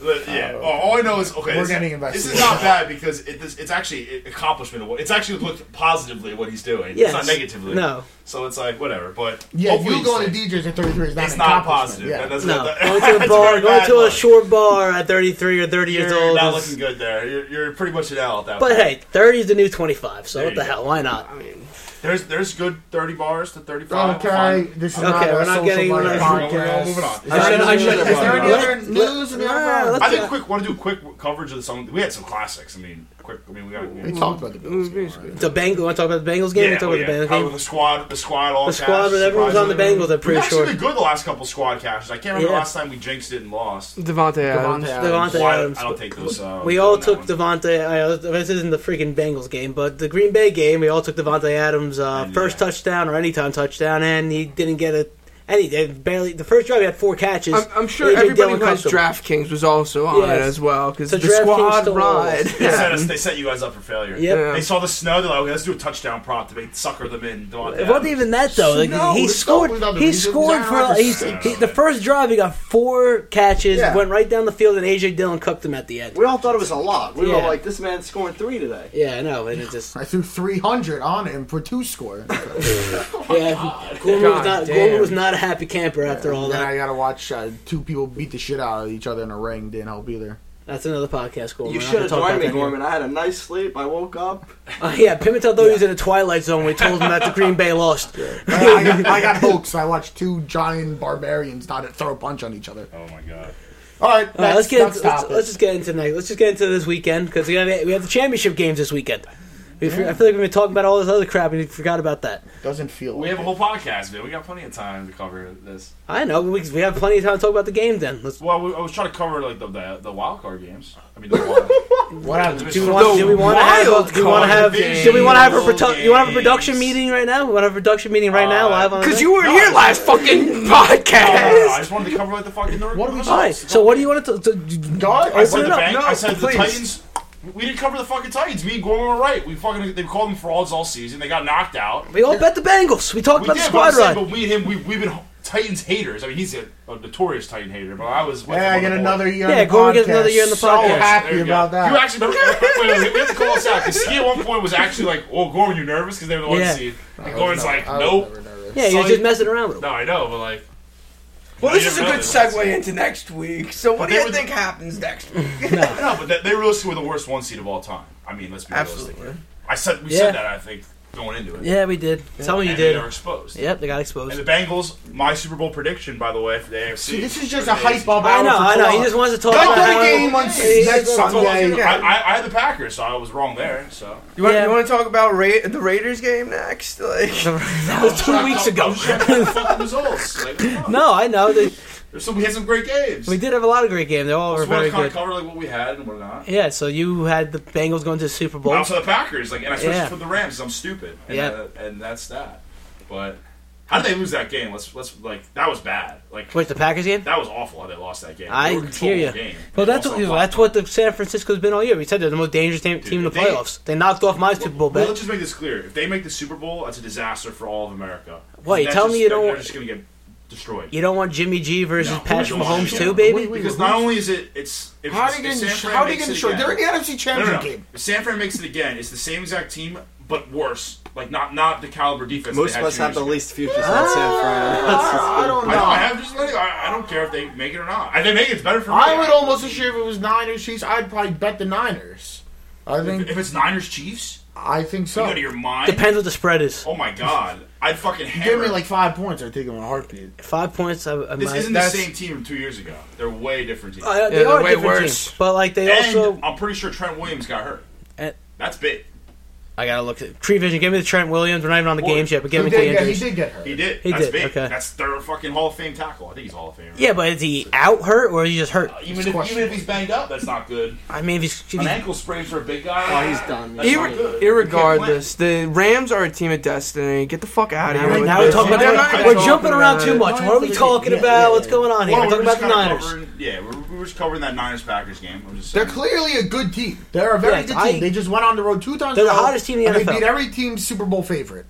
Look, yeah. Oh, all I know is okay. Uh, We're this, getting invested. This is not bad because it, this, it's actually an accomplishment of what it's actually looked positively at what he's doing. Yes. It's not negatively. No. So it's like whatever. But Yeah, hopefully you he's going to safe. DJs at 33 is not It's an not accomplishment. positive. Yeah. That doesn't, No, that- going to a that's bar, very going bad to a look. short bar at 33 or 30 years You're old. not is- looking good there. You're, you're pretty much an L at that. but point. hey, 30 is the new 25, so There what you the go. hell? Why not? I mean, there's there's good thirty bars to thirty five. Okay, this is not Okay, a we're not social getting- media we're not- podcast. Moving on. Is I there should- I any- should have Is there brought any it up. other news? in the Yeah, other- let's- I think quick. Want to do quick coverage of some? We had some classics. I mean, quick. I mean, we got. We talked about the Bills. game already. The Bengals. Want to talk about the Bengals game? Yeah, we talk oh, about yeah. the Bengals How game. the squad, the squad, all The squad, cast, but everyone's on the Bengals. surprisingly. I'm We've pretty actually sure. been good the last couple squad caches. I can't remember Yeah. last time we jinxed it and lost. Devontae Adams. Devontae Devontae Adams. Why- Adams. I don't think those. Uh, We all that took one. Devontae. I, this isn't the freaking Bengals game, but the Green Bay game. We all took Devontae Adams' uh, And, first yeah. touchdown or anytime touchdown, and he didn't get a any. they Barely the first drive, he had four catches. I'm, I'm sure AJ everybody Dillon who has cooked him. DraftKings was also on Yes. it as well because So the DraftKings squad stole all of ride. us. They set, us, they set you guys up for failure. Yep. Yeah. They saw the snow. They're like, okay, let's do a touchdown prop to make sucker them in. Devontae It wasn't Adams. even that though. Like, No, he it's scored. not without the He reason. scored for Zach he's, he, the first drive. He got four catches, Yeah. went right down the field, and AJ Dillon cooked him at the end. We all thought it was a lot. We were Yeah. all like, this man's scoring three today. Yeah, I know. And it just I threw 300 on him for two score. yeah, Gorman was God not damn. Gorman was not a happy camper after all And then that. I gotta watch uh, two people beat the shit out of each other in a ring. Didn't help either. That's another podcast. Gorman. You We're not should gonna have talk about joined me, that here. Gorman. I had a nice sleep. I woke up. Uh, yeah, Pimentel thought he was in a twilight zone. We told him that the Green Bay lost. I got, I got hooked, so I watched two giant barbarians not throw a punch on each other. Oh my god. All right, All right, let's get that's into, let's, stop let's it. just get into next. Let's just get into this weekend because we have we have the championship games this weekend. We, I feel like we've been talking about all this other crap and we forgot about that. Doesn't feel. We like have a whole it. podcast, man. We got plenty of time to cover this. I know but we, we have plenty of time to talk about the game. Then let's Well, we, I was trying to cover like the the, the wild card games. I mean, the wild, What happened? Do we want? The Do we want to wild have? Do we want to card have? games. Do we want to have a produ- Games. You want to have a production meeting right now? We want to have a production meeting right now Uh, live on. the Because thing? you were here last fucking No, no, no, I podcast. just wanted to cover like the fucking. What are we All right. So what do you want to? to, God, I said the up. bank. No, I said please. the Titans. We didn't cover the fucking Titans. Me and Gorman were right. We fucking they called them frauds all season. They got knocked out. we all bet the Bengals. We talked We about the did, squad but, I'm saying, ride. but we and him, we, we've been Titans haters. I mean, he's a, a notorious Titan hater, but I was. with Yeah, him I on get the whole- another year. Yeah, on the Gordon gets podcast. another year on the So podcast. There Oh, happy you go. about that. You actually remember? wait, wait, wait, we have to call us out because he at one point was actually like, "Oh, Gorman, you nervous?" Because they were the one Yeah. seed. And I was Gorman's never- like, Oh, I was "Nope." never nervous. Yeah, you're so- just messing around with them. No, I know, but like, Well, this is a Yeah, good no, segue into next week. So, what do they you were- think happens next week? no, but they, they realistically were the worst one seed of all time. I mean, let's be realistic. I said we Yeah. said that. I think going into it. Yeah, we did. Some of you and did. They are exposed. Yep, they got And exposed. the Bengals, my Super Bowl prediction, by the way, for the AFC. See, this is just for the a hype AFC. up. I know. hour for I know. He Toronto. just wants to talk Go about to how- the game on Hey, that's- next Sunday. I, I, I had the Packers, so I was wrong there. So You want, Yeah. you want to talk about Ra- the Raiders game next? Like, That was two weeks ago. I'm just trying to get the fucking results. Like, come on. No, I know. They, There's some, we had some great games. we did have a lot of great games. They all were Just very wanted to kind good. of cover like what we had and what not. Yeah. So you had the Bengals going to the Super Bowl. Out for the Packers, like, and I switched Yeah. for the Rams. 'cause I'm stupid. And, Yeah. uh, and that's that. But how did they lose that game? Let's let's like that was bad. Like Wait, the Packers game? that was awful how they lost that game. I They were hear controlling you. the game. Well, They that's lost what, on that's what the San Francisco's been all year. We said they're the most dangerous team, team in the they- playoffs. They knocked off my Super Bowl Well, bet. let's just make this clear. If they make the Super Bowl, that's a disaster for all of America. What, you That's tell just- me you they're- don't- They're just going to get destroyed. You don't want Jimmy G versus No, I Patrick don't want Mahomes it. too, baby. Wait, because wait, not who's- only is it it's if, How it's- do you if get San destroyed? Fran How do you makes get it destroyed? again- They're in the NFC No, no, Championship no. game. If San Fran makes it again. It's the same exact team, but worse. Like not not the caliber defense. Most they had of us two have years the ago. least futures on San Fran. That's just- I, I don't I, know, I know. have just letting. I, I don't care if they make it or not. If they make it, it's better for me. I would almost this year if it was Niners Chiefs, I'd probably bet the Niners. I If, think if it's Niners Chiefs, I think you so. go to your mind. Depends what the spread is. Oh my god, I'd fucking hammer. Give me like five points, I take them in a heartbeat. Five points. I, I this might- isn't the that's- same team from two years ago. They're way different teams. Uh, they Yeah, they're are a way different worse. team, but like they and also. I'm pretty sure Trent Williams got hurt. And- That's big. I gotta look. At, Tree Vision. Give me the Trent Williams. We're not even on the Boy, games yet, but give He me the did, get, he injuries. did get hurt. He did. He That's did, big. okay. That's third fucking Hall of Fame tackle. I think he's Hall of Fame. right? Yeah, but is he out hurt or is he just hurt? Even if, even if he's banged up, that's not good. I mean, if he's, if An he's ankle sprain for a big guy. Oh, he's done. That's not good. Irregardless, the Rams are a team of destiny. Get the fuck out now, of here. we're, with now we're this. talking They're about. not We're, even we're talking jumping around about too it. much. What are we talking Yeah, about? yeah, What's going on here? Well, we're talking just about the kinda Niners. Covering, yeah, we're, we're just covering that Niners Packers game. I'm just They're saying. clearly a good team. They're a very Yes, good team. I- they just went on the road two times. They're the in a row, hottest team in the and They NFL. beat every team Super Bowl favorite.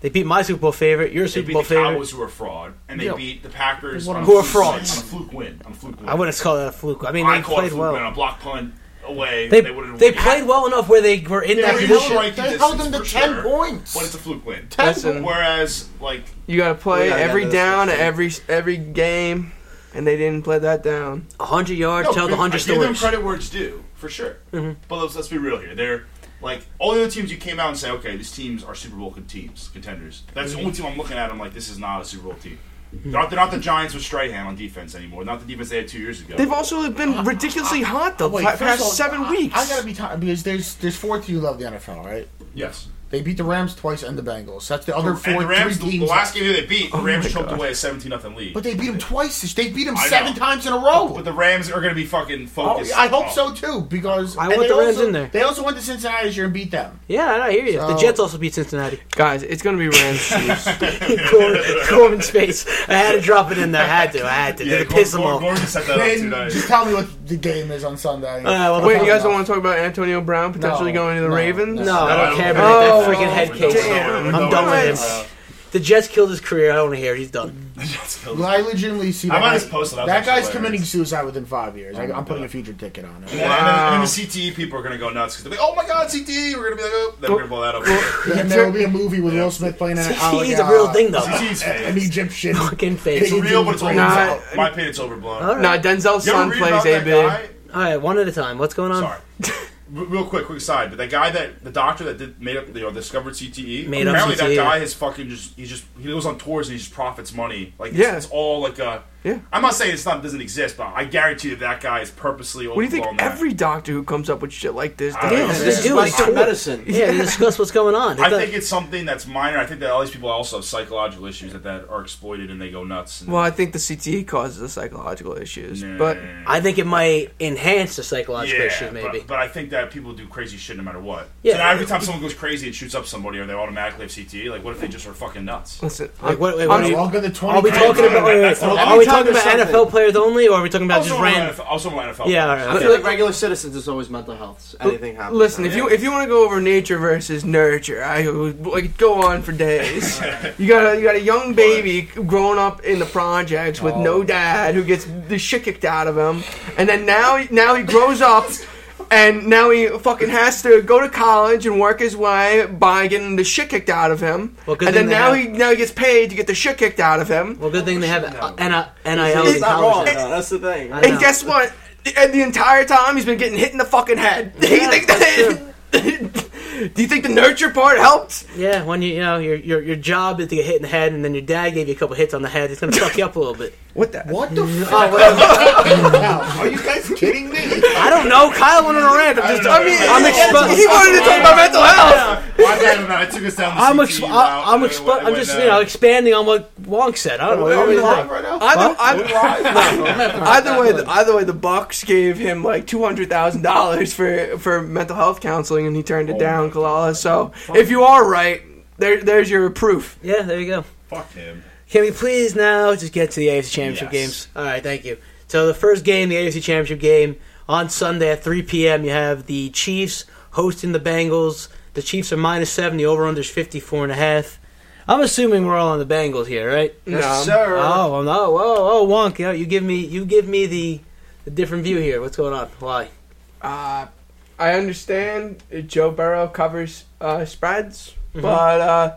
They beat my Super Bowl favorite. Your They Super beat Bowl the favorite. Cowboys, who are fraud, and they Yeah. beat the Packers, What on a- a Who are fluke- frauds. On a fluke win. On a fluke win. I wouldn't call that a fluke. I mean, I they called a played fluke win on well. a block punt away. They would've- they played well enough where they were in Yeah, that they position. held- they held them to For 10 sure. points. But it's a fluke win. Listen, Whereas, like, you gotta play We gotta every get this down, fixed. every every game, and they didn't play that down. 100 yards, tell the I 100 Give them stories. credit where it's due, for sure. But let's, let's be real here. They're like all the other teams you came out and say, okay, these teams are Super Bowl con- teams, contenders. That's the only team I'm looking at. I'm like, this is not a Super Bowl team. They're not, they're not the Giants with Strahan on defense anymore. Not the defense they had two years ago. They've also been ridiculously hot the Wait, pa- first past of all, seven I- weeks. I gotta be tired because there's there's four teams who love the NFL, right? yes. They beat the Rams twice and the Bengals. That's the other four And the Rams, three the, teams. the last game they beat, the Rams my choked God. away a 17 nothing lead. but they beat them twice. They beat them I know. seven times in a row. But the Rams are going to be fucking Oh, focused. I hope on- so too because I and want they the Rams also- in there. They also went to Cincinnati this year and beat them. Yeah, I hear you. The So- Jets also beat Cincinnati. Guys, it's gonna be Rams Chiefs. Gorman, Gorman space. I had to drop it in there. I had to. I had to. Yeah, Did it Gordon- piss them off? Gordon set that up Then tonight. just tell me what the game is on Sunday. well, I'll Wait, tell you guys don't now. want to talk about Antonio Brown potentially No, going to the no, Ravens? No, I No, don't I care don't about that care. freaking Oh, head case. damn. I'm done with him. Uh, The Jets killed his career. I don't want to hear it. He's done. I legitimately see I that. might guy- just post it up. that That's guy's hilarious. Oh committing suicide within five years. I, my I'm putting God. a future ticket on And it. then, and then- and Wow. the CTE people are gonna go nuts because they're like, "Oh my God, CTE!" We're gonna be like, "Oh," then we're gonna blow that up. and there will be a movie with Will Smith playing an He's like, a real uh, thing though. CTE's An fake. Egyptian. Fucking face. It's real, but it's overblown. Nah. My opinion, it's overblown. All right. Nah, Denzel's You ever son read plays about a that big. guy? All right, one at a time. What's Um, going on? Sorry. R- Real quick, quick side. But that guy that the doctor that did made up, you know, discovered CTE. Made up apparently, E. CTE. that guy is fucking just. He just he goes on tours and he just profits money. Like, it's, Yeah. it's all like a. Yeah. I'm not saying it's not doesn't exist, but I guarantee you that guy is purposely. What do you think? Every doctor who comes up with shit like this, I does? don't know. This This dude is is Western cool. medicine. Yeah, to discuss what's going on. I It's think it's something that's minor. I think that all these people also have psychological issues that, that are exploited and they go nuts. And well, I think the CTE causes the psychological issues, Nah. but not- I think it might enhance the psychological issues, maybe. But, but I think that people do crazy shit no matter what. Yeah. So now every time someone goes crazy and shoots up somebody, or they automatically have CTE. Like, what if they just are fucking nuts? listen, Like, what- wait, I'm- what Are do we you- all going to 20? are we talking about? wait, wait, wait. Are we talking about Anytime there's NFL players only, or are we talking about Also, just on random? NFL, also on NFL. Yeah, all right. players. I okay. feel like regular citizens is always mental health. Anything happens. listen. If you if you want to go over nature versus nurture, I would like go on for days. you got a you got a young baby growing up in the projects with no dad who gets the shit kicked out of him, and then now he- now he grows up. And now he fucking has to go to college and work his way by getting the shit kicked out of him. Well, good and thing then they now have- he now he gets paid to get the shit kicked out of him. Well, good thing they have No. uh, NIL it's in not wrong. college. though, That's the thing. I And know. guess what? The, and the entire time he's been getting hit in the fucking head. Do you Yeah, think that's that? Do you think the nurture part helped? Yeah, when you you know your your your job is to get hit in the head, and then your dad gave you a couple hits on the head, it's gonna fuck you up a little bit. What the? What the fuck? Are you guys kidding me? I don't know. Kyle went on a rant. I'm just. I I don't know. mean, I'm He, he exposed. wanted to talk about mental health. My bad, and I took us down the I'm CTE exp- route, I- I'm and it expo- went- I'm it just you went, know uh, expanding on what Wonk said. I don't know. Are What we do you live think? right now? Either, either, either way, the, either way, the Bucks gave him like two hundred thousand dollars for for mental health counseling, and he turned it Oh down, my Kalala. So if you are right, there there's your proof. Yeah, there you go. Fuck him. Can we please now just get to the AFC Championship Yes. games? All right, thank you. So the first game, the AFC Championship game on Sunday at 3 p.m. You have the Chiefs hosting the Bengals. The Chiefs are minus seven. The over under is 54 and a half. I'm assuming we're all on the Bengals here, right? No. sir. Oh, well, no, oh, oh, Wonk, you, know, you give me, you give me the, the different view here. What's going on? Why? Uh, I understand that Joe Burrow covers uh, spreads, Mm-hmm. but uh,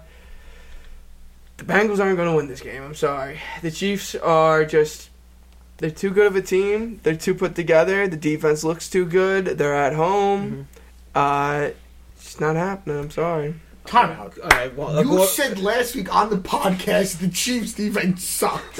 the Bengals aren't going to win this game. I'm sorry. The Chiefs are just. They're too good of a team. They're too put together. The defense looks too good. They're at home. Mm-hmm. Uh, it's not happening. I'm sorry. Time out. All right, Uh, well, You said last week on the podcast the Chiefs defense sucked.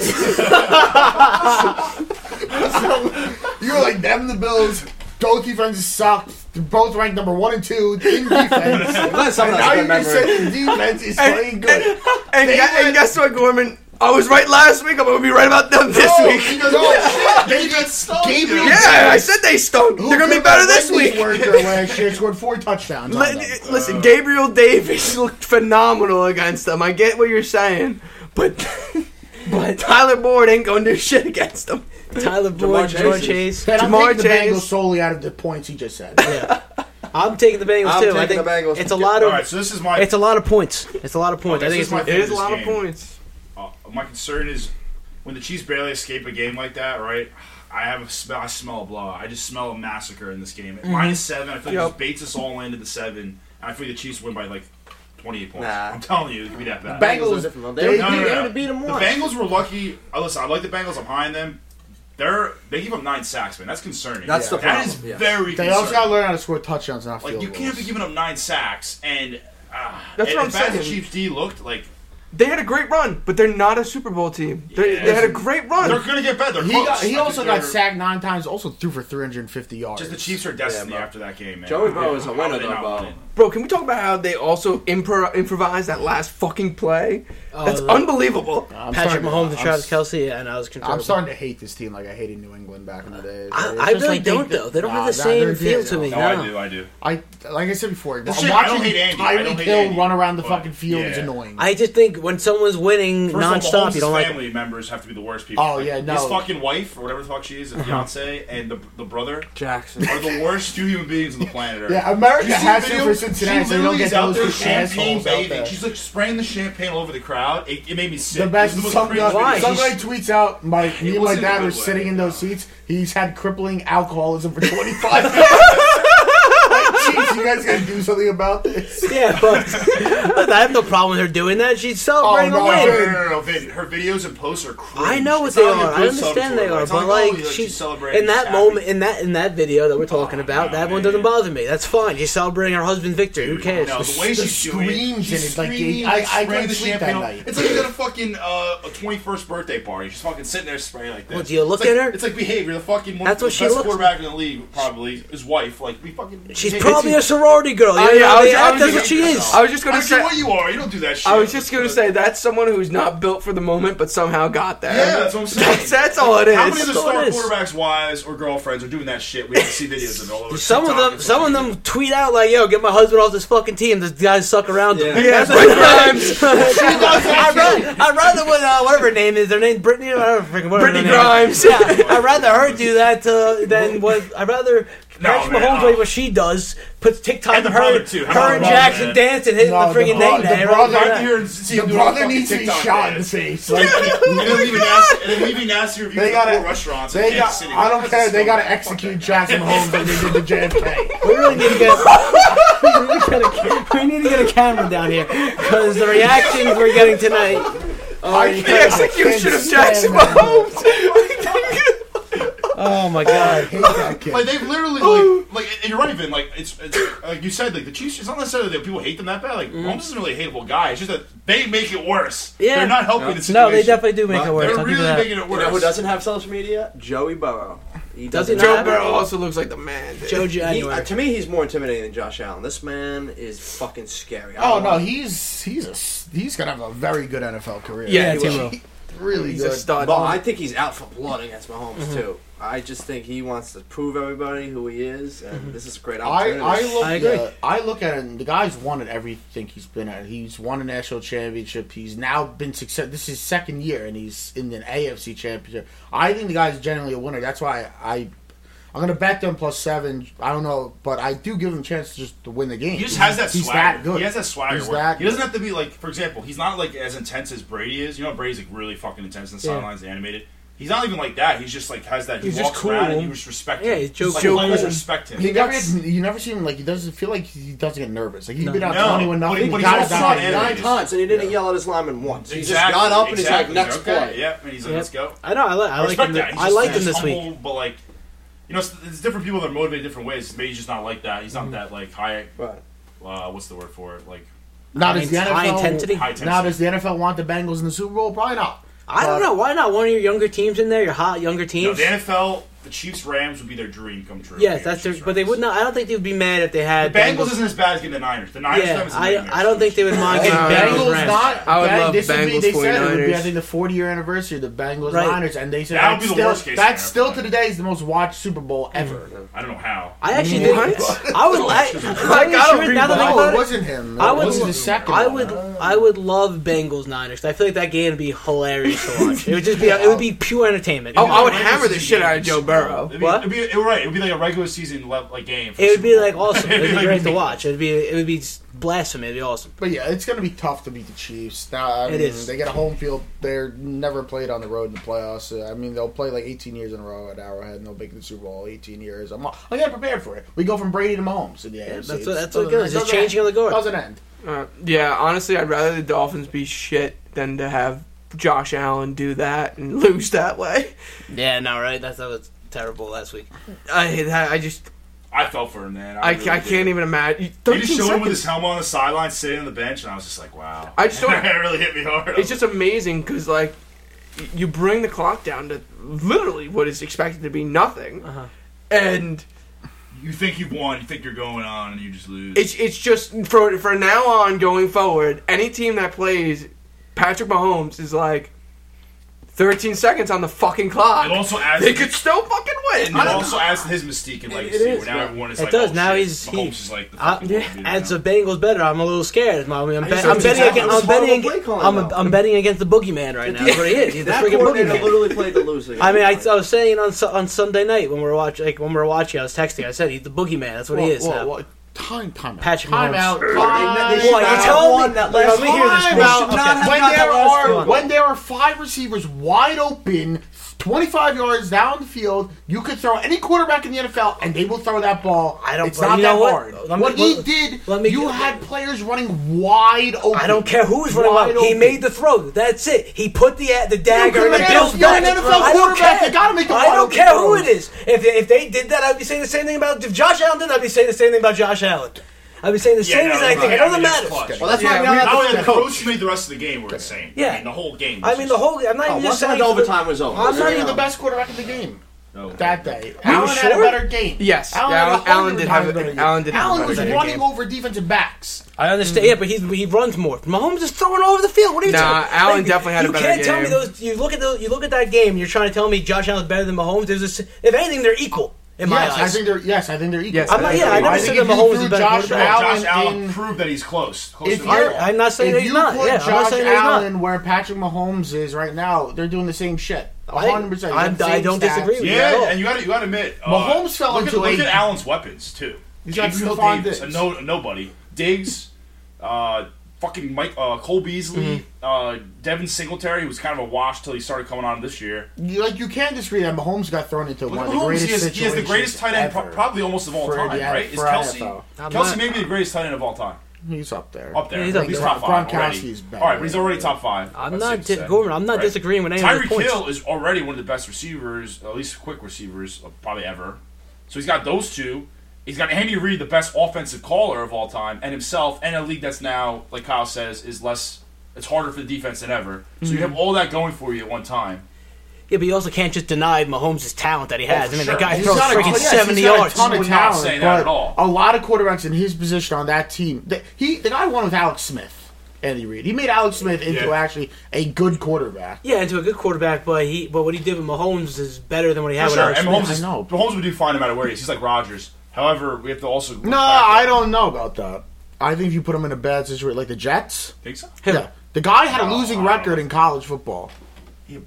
so you're like them, the Bills. Both defenses sucked. They're both ranked number one and two in defense. That's and something now I you just said the remember. defense is playing good. Oh, And, They gu- went- and guess what, Gorman? I was right last week. I'm going to be right about them this No, week. because- no, "Oh, shit, they got Gabriel. Yeah, I said they stunk. They're going to be better this week. Were their last year scored four touchdowns. on Li- them. Listen, Gabriel Davis looked phenomenal against them. I get what you're saying, but but Tyler Boyd ain't going to do shit against them. Tyler Boyd, Jamar Jamar Chase. Chase. And I'm Jamar taking the Bengals Chase. solely out of the points he just said. Yeah. I'm taking the Bengals I'm too. I think taking the Bengals. it's a lot All of, right, so this is my. it's a lot of points. It's a lot of points. I This think is it's my more- thing It is a with lot this of game. points. Uh, my concern is when the Chiefs barely escape a game like that, right? I have a smell. I smell a blowout. I just smell a massacre in this game. At Mm-hmm. minus seven, I feel like it just Yep. baits us all into the seven. And I feel the Chiefs win by like twenty-eight points. Nah. I'm telling you, it could be that bad. Bengals was different, though. They they- were- No, no, they no, were to beat them The once. Bengals were lucky. I listen, I like the Bengals. I'm high on them. They're they give up nine sacks, man. That's concerning. That's the That problem, is yes. very. They concerning. also got to learn how to score touchdowns, not like field you can't be goals. giving up nine sacks and. Uh, That's what I'm as bad as saying. the Chiefs D looked like They had a great run, but they're not a Super Bowl team. They, Yeah. they had a great run. they're gonna get better. They're He, close. got, I he think also got they're- sacked nine times, also threw for 350 yards. Just the Chiefs are destiny bro. after that game, man. Joey Burrow is a How winner, did they though, not bro. win? Bro, can we talk about how they also impro- improvised that last fucking play? Oh, That's the- unbelievable. I'm Patrick starting to- Mahomes and I'm Travis s- Kelsey, and I was concerned. I'm starting to hate this team like I hated New England back in the day. I- It's I just really they- don't, though. They don't have the nah, same they're- feel to no. me. No, No. I do. I do. I like I said before. That's I'm it. I don't watching hate Andy. I don't Tyreek hate Hill Andy, run around the but- fucking field is yeah. annoying. I just think when someone's winning First nonstop, of all, Mahomes' you don't like. family members have to be the worst people. Oh, Like, yeah, no. His fucking wife or whatever the fuck she Uh-huh. is, the fiance and the the brother Jackson. are the worst two human beings on the planet Earth. yeah, America You see has the to video? for Cincinnati. She so you don't literally get is out those there two champagne assholes out bathing. there. She's like spraying the champagne all over the crowd. It, it made me sick. the best. It was the most Some guy, cringe Why? some video. guy tweets out, "My me and my wasn't a dad good were way, sitting in no. those seats. He's had crippling alcoholism for 25 years." Like, Jeez, you guys gotta do something about this. Yeah, but but I have no problem with her doing that. She's Oh, celebrating no, a win. I No, heard- no, no, no, Vin. Her videos and posts are cringe. I know what It's they not even are. I good understand they subtitude. are, It's but not like, oh, she's she's celebrating. in that she's happy. moment, in that in that video that we're talking about, no, that one doesn't man. bother me. That's fine. She's celebrating her husband's victory. Who cares? No, the way the she's doing it, screams in she's it, like, screaming, I- I spraying couldn't the sleep that champagne. night. It's like she's at a fucking uh, a 21st birthday party. She's fucking sitting there spraying like this. Well, do you look it's like, at her? It's like behavior. The fucking one, That's the what she best looks- quarterback in the league, probably his wife. Like we fucking. She's Hey, probably a it's- sorority girl. You Oh, know, yeah, I was- they I act was as what just- she is. I was just I gonna don't care say. what you are. You don't do that shit. I was just gonna say that's someone who's not built for the moment, but somehow got there. Yeah, that's what I'm saying. That's, that's all it is. How many of the That's all star it is. quarterbacks' wives or girlfriends are doing that shit? We can see videos of it all over. Some of TikTok them, and some of fucking- them tweet out like, "Yo, get my husband off this fucking team. This guys suck around them." Yeah. yeah, Brett Grimes, I'd rather, I'd rather when, uh, whatever her name is, their name Brittany, I don't freaking whatever. Brittany her name is. Grimes. Yeah, I'd rather her do that uh, than what I'd rather No, Patrick man, Mahomes uh, like what she does, puts TikTok and the of her, brother, too. How about her and the brother, Jackson man? dancing, hitting No, the the freaking bro- name the name. brother- Right I'm there. here and see The him doing a brother fucking needs to be TikTok shot in the dance. face. Like, and then leaving nasty, and then leaving nastier reviews They at gotta- poor restaurants. in they Kansas got, City. I don't That's care. a They got to scumbag. execute Jackson Mahomes like they did to JFK. We really need to get. we need to get a- we need to get a camera down here because the reactions we're getting tonight. I the execution of Jackson Mahomes. Oh my god! I hate that Like kid. they've literally like like and you're right, Vin. Like it's, it's like you said, like the Chiefs. It's not necessarily that people hate them that bad. Like Mahomes isn't really a hateable guy. It's just that they make it worse. Yeah. they're not helping the situation. No, they definitely do make it worse. They're I'll give you really that. making it You worse. know who doesn't have social media? Joey Burrow. He Does he doesn't. not? Joe Burrow also looks like the man. Dude. Joe He, uh, January. to me, he's more intimidating than Josh Allen. This man is fucking scary. I Oh don't know. no, he's he's a s- he's gonna have a very good NFL career. Yeah, Yeah, he Tim will. will. really He's good. a stud. Well, I think he's out for blood against Mahomes too. I just think he wants to prove everybody who he is, and this is a great I, opportunity. I look I agree. yeah, I look at him. The guy's won at everything he's been at. He's won a national championship. He's now been success. This is his second year, and he's in an AFC championship. I think the guy's generally a winner. That's why I I'm gonna bet them plus seven. I don't know, but I do give him a chance just to win the game. He just has that He's swagger. that good. He has that swagger. He's where that he doesn't good. have to be like, for example, he's not like as intense as Brady is. You know, Brady's like really fucking intense in the Yeah. sidelines, animated. He's not even like that. He's just like has that. He He's just walks around cool. and you just respect Yeah, him. he's Joe like, Cool. players respect him. You He never, gets- get- you never see him like he doesn't feel like he doesn't get nervous. Like he's been out No, twenty-one but he- nothing. but he's got also out not there. animated. nine times, and he didn't yell at his lineman once. He just got up and he's like, "Next okay, play." Yep, and he's like, Yeah. "Let's go." I know. I, li- I, I like respect him. that. He's I just- like he's him this week. humble, but like, you know, it's, it's different people that are motivated different ways. Maybe he's just not like that. He's not that like high. But Uh, what's the word for it? Like Not as the NFL. High intensity. high tension. Now does the NFL want the Bengals in the Super Bowl? Probably not. I don't know. Why not one of your younger teams in there? Your hot younger No, teams. the NFL, the Chiefs Rams would be their dream come true. yes, that's their. But they would not. I don't think they would be mad if they had The Bengals isn't as bad as getting the Niners. The Niners Yeah, them is a nightmare. I, I don't think they would mind Hey, getting Bengals. Bengals Rams. not. I would love this would be, Bengals they said it would be, I 49ers. think, the 40 year anniversary of the Bengals Right. Niners, and they said That would that's be the still, worst case that's scenario. still to today is the most watched Super Bowl ever. I don't know how. I actually did. I would like. I gotta now that I No, thought it it- wasn't him. I it would- wasn't the second. I one. would I would love Bengals Niners. I feel like that game would be hilarious to watch. It would just be it would be pure entertainment. Oh, I would Regular hammer the season shit out of games. Joe Burrow. It'd be, What? It'd be, it, right. It'd be like a regular season le- like game. for it would Super be Bowl. like awesome. It would Like, be great to watch. It would be it would be just blasphemy. It would be awesome. But yeah, it's gonna be tough to beat the Chiefs. Now, I It mean, is. They get a home field. They're never played on the road in the playoffs. So, I mean, they'll play like 18 years in a row at Arrowhead, and they'll make the Super Bowl 18 years. I'm, I got prepared for it. We go from Brady to Mahomes in the AFC. that's what- It's- that's what it doesn't- goes. It's doesn't changing end. of the guard. Doesn't end. Uh, yeah, honestly, I'd rather the Dolphins be shit than to have Josh Allen do that and lose that way. Yeah, no, right? That's that was terrible last week. I hate that. I just I felt for him, man. I, I, really I did. can't even imagine. They Thirteen just showed him with seconds. his helmet on the sideline, sitting on the bench, and I was just like, wow. I just don't- it really hit me hard. It's just amazing because like y- you bring the clock down to literally what is expected to be nothing, Uh-huh. and you think you've won, you think you're going on, and you just lose. it's it's just for for now on going forward. Any team that plays Patrick Mahomes is like thirteen seconds on the fucking it clock. also adds. They could still fucking win. It also adds to his mystique and legacy. is, where now yeah. everyone is It like, does. oh, Now shit, he's- he- Mahomes is like the I, fucking world leader as now. a Bengals better, I'm a little scared. I mean, I'm, bet- just- I'm betting exactly. against It I'm was betting horrible play against, calling, I'm, though. I'm betting against the boogeyman right now. That's what he is. He's the that freaking coordinator boogeyman. literally played the loser. I mean, I, I was saying on Su- on Sunday night when we were watching, like when we were watching, I was texting. I said he's the boogeyman. That's what he is. now. Time, time out. Patrick time Mahomes. out. They- Time they should Boy, you not told me- have won that Like, last let me hear this. Time They out. should not have When got there the last are one. when there are five receivers wide open, twenty-five yards down the field, you could throw any quarterback in the NFL, and they will throw that ball. I don't- It's well, not you that know what? hard. Let me- what he let- did, let me- you had players running wide open. I don't care who's running Wide wild. He open. made the throw. That's it. He put the the dagger in could've the made Bills' a- you're an back. NFL I don't quarterback. care. You gotta make the I wide don't open care who it throws. is. If they, if they did that, I'd be saying the same thing about if Josh Allen did. I'd be saying the same thing about Josh Allen. I'd be saying the Yeah, same no, exact thing. right. It doesn't I mean, it's matter. clutch. Well, that's why Yeah, we we- don't Not only have that, the the coach. coach made the rest of the game were insane. Yeah. I mean, the whole game. was I mean, just- the whole. I'm not Oh, even just Once saying the overtime was over, I'm He's not even even the best quarterback in the game No. that day. you Allen had a sure? better game. Yes, Allen, yeah, had a Allen- Allen hundred did have times a- better game. Allen did have a Allen better was game. running over defensive backs. I understand, yeah, but he's, he runs more. Mahomes is throwing all over the field. What are you Hmm. Nah, talking? about? Allen definitely had a you better can't tell me game. those. You look at those. You look at that game. You're trying to tell me Josh Allen's better than Mahomes. There's a s if anything, they're equal in my yes, eyes. I think they're yes, I think they're equal. Yes, I'm not- think yeah, they're I equal. never think said if that you Mahomes threw is better Josh quarterback. Allen Josh Allen in- proved that he's close. Close If to you're, the I'm not saying if he's you not. put Yeah, I'm not Josh saying he's not. Allen where Patrick Mahomes is right now, they're doing the same shit. I- 100. percent I- I don't disagree with you. at all. Yeah, and you got to you got to admit, uh, Mahomes fell look into at, a- look at Allen's weapons too. He's got James Stephon Stephon Diggs. a no, a nobody. Diggs, uh, fucking Mike, uh, Cole Beasley, uh, Devin Singletary who was kind of a wash till he started coming on this year. You, like you can't disagree that Mahomes got thrown into Look one at of the Mahomes. greatest He has, he has the situations greatest tight end, pro- ever. probably almost of all For time, the- right? Is for Kelsey? NFL. I'm Kelsey not- may be the greatest tight end of all time. He's up there. Up there, He's he's, up there. top five already. Gronkowski's All better. right, but he's already top five. I'm That's not six, di- seven, Gorman. I'm not right? disagreeing with any of Tyreek his points. Hill is already one of the best receivers, at least quick receivers, uh, probably ever. So he's got those two. He's got Andy Reid, the best offensive caller of all time, and himself, and a league that's now, like Kyle says, is less. It's harder for the defense than ever. So Mm-hmm. you have all that going for you at one time. Yeah, but you also can't just deny Mahomes' talent that he has. I mean, sure. the guy He's throws got a- freaking yes, he's 70 got a yards. ton of We're not talent, saying that but at all. A lot of quarterbacks in his position on that team. The, he the guy won with Alex Smith, Andy Reid. He made Alex Smith into Yeah. actually a good quarterback. Yeah, into a good quarterback, but he but what he did with Mahomes is better than what he had For with sure, Alex and Smith. Mahomes, I is, know. Mahomes would do fine no matter where he is. He's like Rodgers. However, we have to also No, I don't know about that. I think if you put him in a bad situation, like the Jets. think so. Yeah, the guy had a No, losing I don't record know. uh, in college football. He-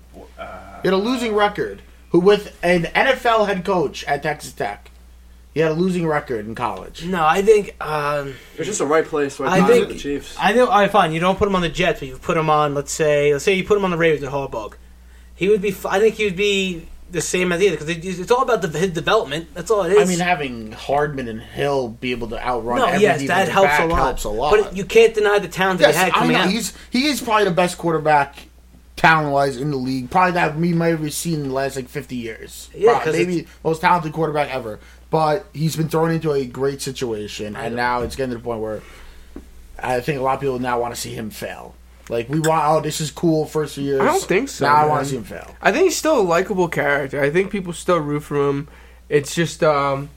He had a losing record. who with an NFL head coach at Texas Tech. He had a losing record in college. No, I think um, It was just the right place. Right I time for think- the Chiefs. I know. All right, fine. You don't put him on the Jets, but you put him on. Let's say, let's say you put him on the Ravens at Harbaugh. He would be. f- I think he would be the same idea because it's all about the, his development. That's all it is. I mean, having Hardman and Hill be able to outrun no, every yes, that defensive helps a back lot. helps a lot. But you can't deny the talent that yes, he had I coming know. out. He's he is probably the best quarterback talent wise in the league. Probably that we might have seen in the last like fifty years. Yeah, Probably. 'cause maybe most talented quarterback ever. But he's been thrown into a great situation, and now it's getting to the point where I think a lot of people now want to see him fail. Like we want, oh, this is cool first few years. I don't think so, Now I want man. to see him fail. I think he's still a likable character. I think people still root for him. It's just um,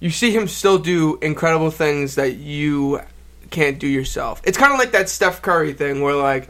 you see him still do incredible things that you can't do yourself. It's kind of like that Steph Curry thing where like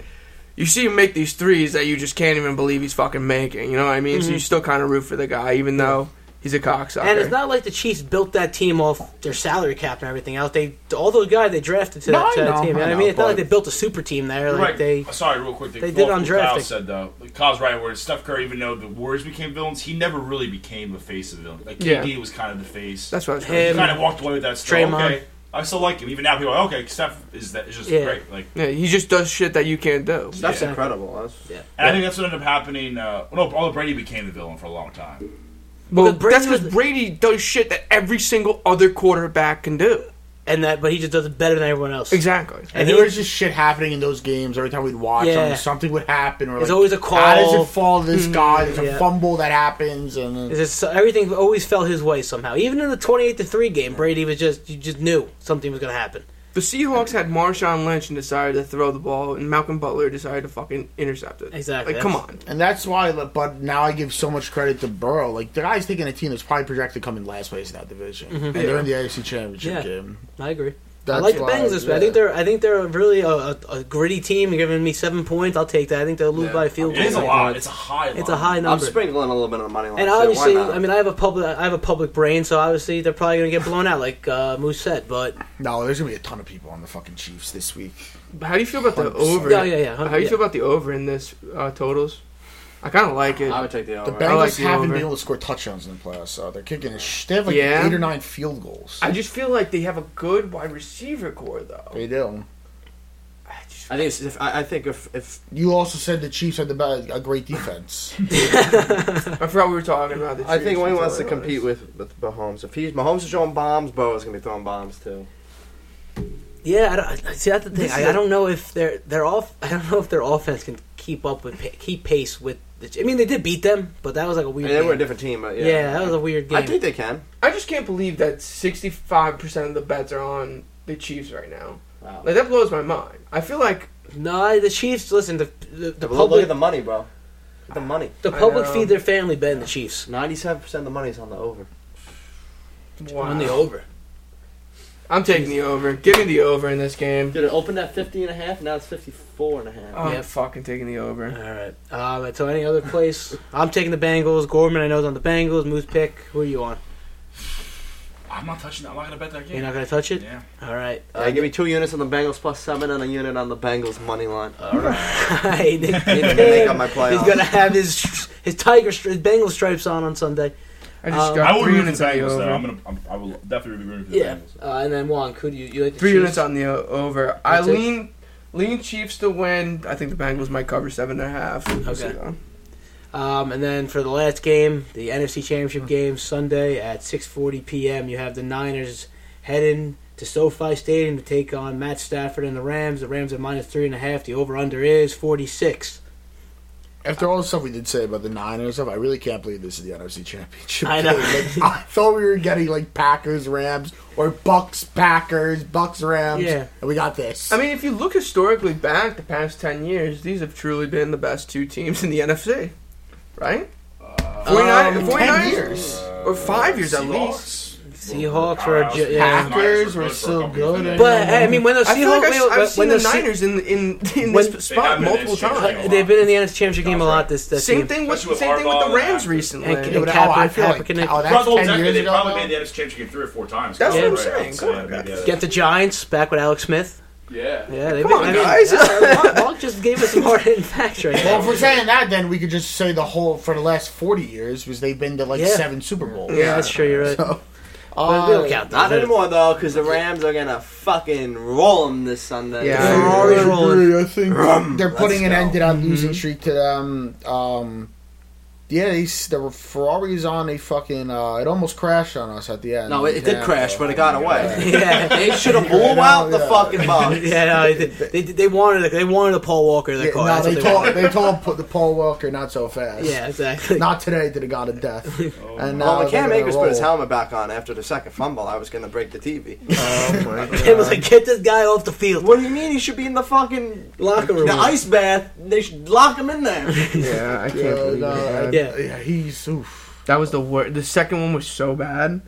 you see him make these threes that you just can't even believe he's fucking making. You know what I mean? So you still kind of root for the guy, even though he's a cocksucker. And it's not like the Chiefs built that team off their salary cap and everything else. They all those guys they drafted to, No, that- to I that know, team. You know I what I know, mean, it's not like but- they built a super team there. Like right. they, Oh, Sorry, real quick. they did on draft Kyle day. said though, Kyle's right. Where Steph Curry, even though the Warriors became villains, he never really became the face of the villain. Like KD was kind of the face. That's what I was Him. saying. kind of walked away with that. Still, Draymond. okay, I still like him. Even now, people are like, okay. Steph is that is just Yeah. great. Like, Yeah, he just does shit that you can't do. That's Yeah. incredible. That's, and I think that's what ended up happening. Uh, well, no, although Brady became the villain for a long time. Well, Because Brady that's because was- Brady does shit that every single other quarterback can do. and that, but he just does it better than everyone else. Exactly. And, And there he- was just shit happening in those games every time we'd watch Yeah. them. Something would happen, or There's like, always a call. Mm-hmm. How does it fall to this guy? There's Yeah. a fumble that happens, and then- It's just- so everything always fell his way somehow. Even in the twenty-eight to three game, Brady was just you just knew something was going to happen. The Seahawks had Marshawn Lynch and decided to throw the ball, and Malcolm Butler decided to fucking intercept it. Exactly, Like, come that's- on. And that's why, but now I give so much credit to Burrow. Like, the guy's taking a team that's probably projected to come in last place in that division. And they're in the AFC Championship Mm-hmm. Yeah. game. I agree. I That's like the why, Bengals this way. I yeah. think they're I think they're really a, a, a gritty team. You're giving me seven points. I'll take that. I think they'll lose Yeah. by a field It goal. is a Like, lot. It's a high. It's a line. high I'm number. sprinkling a little bit of money line. And too. Why obviously, not? I mean, I have a public, I have a public brain, so obviously they're probably gonna get blown out, like uh, Moose said. But No, there's going to be a ton of people on the fucking Chiefs this week. How do you feel about the 100%. over? Yeah, yeah, yeah, How do you yeah. feel about the over in this uh, totals? I kind of like it. I would take the The Oh, over. Bengals like the haven't over. been able to score touchdowns in the playoffs, so they're kicking a sh- They have like Yeah. eight or nine field goals. I just feel like they have a good wide receiver core, though. they do. I just- I think it's, if, I, I think if, if You also said the Chiefs had the be- a great defense. I forgot we were talking about the I think Chiefs when he until wants I to compete noticed. with with Mahomes, if he's Mahomes is throwing bombs, Bo is gonna be throwing bombs too. yeah, I don't, I- see that's the thing. I, I don't know if their their off, I don't know if their offense can keep up with pa- keep pace with. The, I mean, they did beat them, but that was like a I weird. mean, they were a game. different team, but yeah, yeah. that was a weird game. I think they can. I just can't believe that 65% of the bets are on the Chiefs right now. Wow. Like, that blows my mind. I feel like no, the Chiefs. Listen, the the, the Look, look public at the money, bro. Look at the money. the I public know. feed their family betting the Chiefs Ninety-seven percent of the money is on the over. on the wow. over. I'm taking the over. Give me the over in this game. Dude, it opened at fifty and a half. Now it's fifty-four and a half. I'm Yeah. fucking taking the over. All right. Um, so any other place? I'm taking the Bengals. Gorman, I know, is on the Bengals. Moose pick. Who are you on? I'm not touching that. I'm not gonna bet that game. You're not gonna touch it. yeah. All right. Uh, give me two units on the Bengals plus seven and a unit on the Bengals money line. All right. Nick Uh, Need to make Payton. up my He's playoff. gonna have his his tiger stri- his Bengal stripes on on Sunday. I just Um, got I will three root for units the on the Bengals over. though. I'm gonna. I'm, I will definitely be rooting for the Yeah, Bengals. uh, and then Juan, could you you like the Three Chiefs? units on the o- over. I That's it. lean, lean Chiefs to win. I think the Bengals might cover seven and a half. We'll see, Okay. though. Um, and then for the last game, the NFC Hmm. Championship game Sunday at 6:40 p.m. You have the Niners heading to SoFi Stadium to take on Matt Stafford and the Rams. The Rams are minus three and a half. The over under is 46. After all the stuff we did say about the Niners and stuff, I really can't believe this is the NFC Championship. I know. game. Like, I thought we were getting like Packers Rams or Bucks Packers Bucks Rams. Yeah. and we got this. I mean, if you look historically back the past 10 years, these have truly been the best two teams in the NFC, right? Uh, 49, Um, 49 ten years. Or five years at least. Seahawks were ju- yeah. Packers were still good. But I mean, when the I feel Seahawks, like I've, I've when seen the the Se- Niners in, in, in When- this They have spot been in multiple this championship. times. Like, they've been in the NFC Championship game a lot. This, this Same team. thing with Especially with same thing with Harbaugh the and Rams Afton. recently. And Yeah, but Kaepernick- oh, I feel Kaepernick- like, oh, Throughout that's the whole 10 decade, years they ago. probably though. made the NFC Championship game three or four times. That's Yeah. what I'm Right, saying. so, Go yeah, ahead. yeah. Get the Giants back with Alex Smith. Yeah. Yeah, they Come on, guys. Mark, Mark just gave us some hard hitting facts right Well, there. if we're saying that, then we could just say the whole for the last forty years because they've been to like Yeah. seven Super Bowls. Yeah, that's true. You're right. So, But uh, we don't count Not those. anymore though, because the Rams are gonna fucking roll them this Sunday. Yeah, Ferrari I agree. rolling. I think they're Let's putting an go. Mm-hmm. end to that losing streak to them. Um, yeah, they, s- the Ferrari's on a fucking. Uh, it almost crashed on us at the end. No, it, it did Yeah. crash, but it got away. Yeah. They should have Yeah, blew no, out the yeah. fucking box. Oh, Yeah, no, they, they, they wanted a, they wanted a Paul Walker in their Yeah, car. no, That's they what told wanted. they told put the Paul Walker not so fast. Yeah, exactly. not today to the god of death. And now Well, they're McCann gonna Akers put his roll. Oh helmet back on after the second fumble. I was gonna break the TV. It was like, get this guy off the field. what do you mean he should be in the fucking Locker room. the ice bath? They should lock him in there. Yeah, I can't Yeah, believe it. no, I- Yeah. yeah. he's oof. That was the worst. The second one was so bad.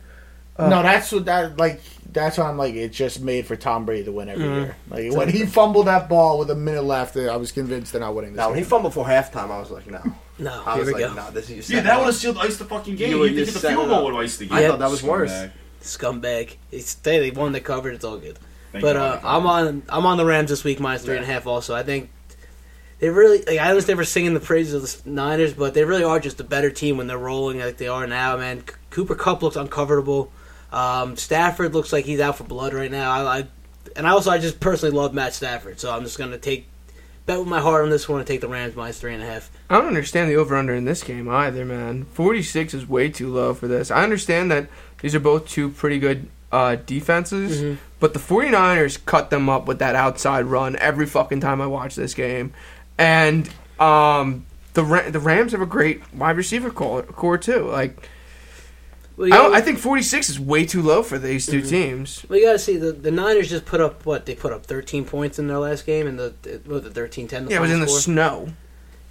Uh, no, that's what that like. That's why I'm like, it's just made for Tom Brady to win every Mm-hmm. year. Like when he fumbled that ball with a minute left, I was convinced they're not winning this. Now when he game. fumbled for halftime, I was like, no. No, I here was we like, go. no, this is Yeah, that would have sealed ice the fucking game. You You were would think just the setting field it goal up. would have iced the game. I thought that was worse. Scumbag. Scumbag. It's, they, they won. They covered. It's all good. Thank But uh, God. I'm on I'm on the Rams this week minus three and a half. Also, I think they really like I understand we're singing the praises of the Niners, but they really are just a better team when they're rolling like they are now. Man, C- Cooper Cup looks uncoverable. Um, Stafford looks like he's out for blood right now. I, I and I also I just personally love Matt Stafford, so I'm just gonna take bet with my heart on this one and take the Rams minus three and a half. I don't understand the over under in this game either, man. 46 is way too low for this. I understand that these are both two pretty good uh, defenses, but the 49ers cut them up with that outside run every fucking time I watch this game. And um, the Ra- the Rams have a great wide receiver core, core too. Like Well, I, you don't, know- I think 46 is way too low for these 2 teams. Well, you got to see the the Niners just put up what they put up 13 points in their last game and the what was it 13-10 the Yeah, it was in final the score? snow.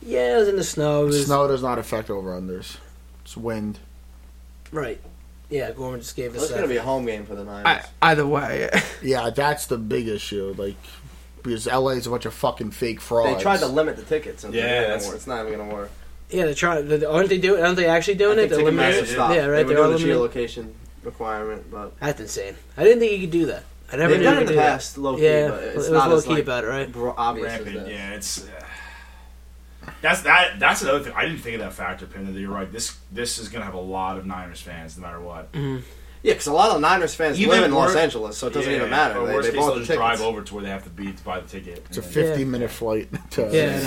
yeah it was in the snow. It was, Snow does not affect over unders. It's wind. Right. Yeah, Gorman just gave This us is gonna that. be a home game for the Niners. I, either way, Yeah, that's the big issue. Like because LA is a bunch of fucking fake frauds. they tried to limit the tickets. And Yeah, yeah, that's- it's not even gonna work. yeah, they're trying. they- Aren't they doing? Aren't they actually I doing think it? They're Ticketmaster eliminating- it. stopped. Yeah, right. They They're were doing the eliminating- geolocation requirement, but That's insane. I didn't think you could do that. I never they've knew done you it could in the do that. past, low key. yeah, but it it's was not low as key like, about it, right? bro- obvious as Rampant, that. yeah, it's uh, that's that. That's another thing. I didn't think of that factor, Pin. That you're right. This this is gonna have a lot of Niners fans, no matter what. Yeah, because a lot of Niners fans Even live in Los worse- Angeles, so it doesn't Yeah, even matter. Or They, worst they case, bought they'll the just tickets. drive over to where they have to be to buy the ticket. It's a And- 50 minute flight to Yeah,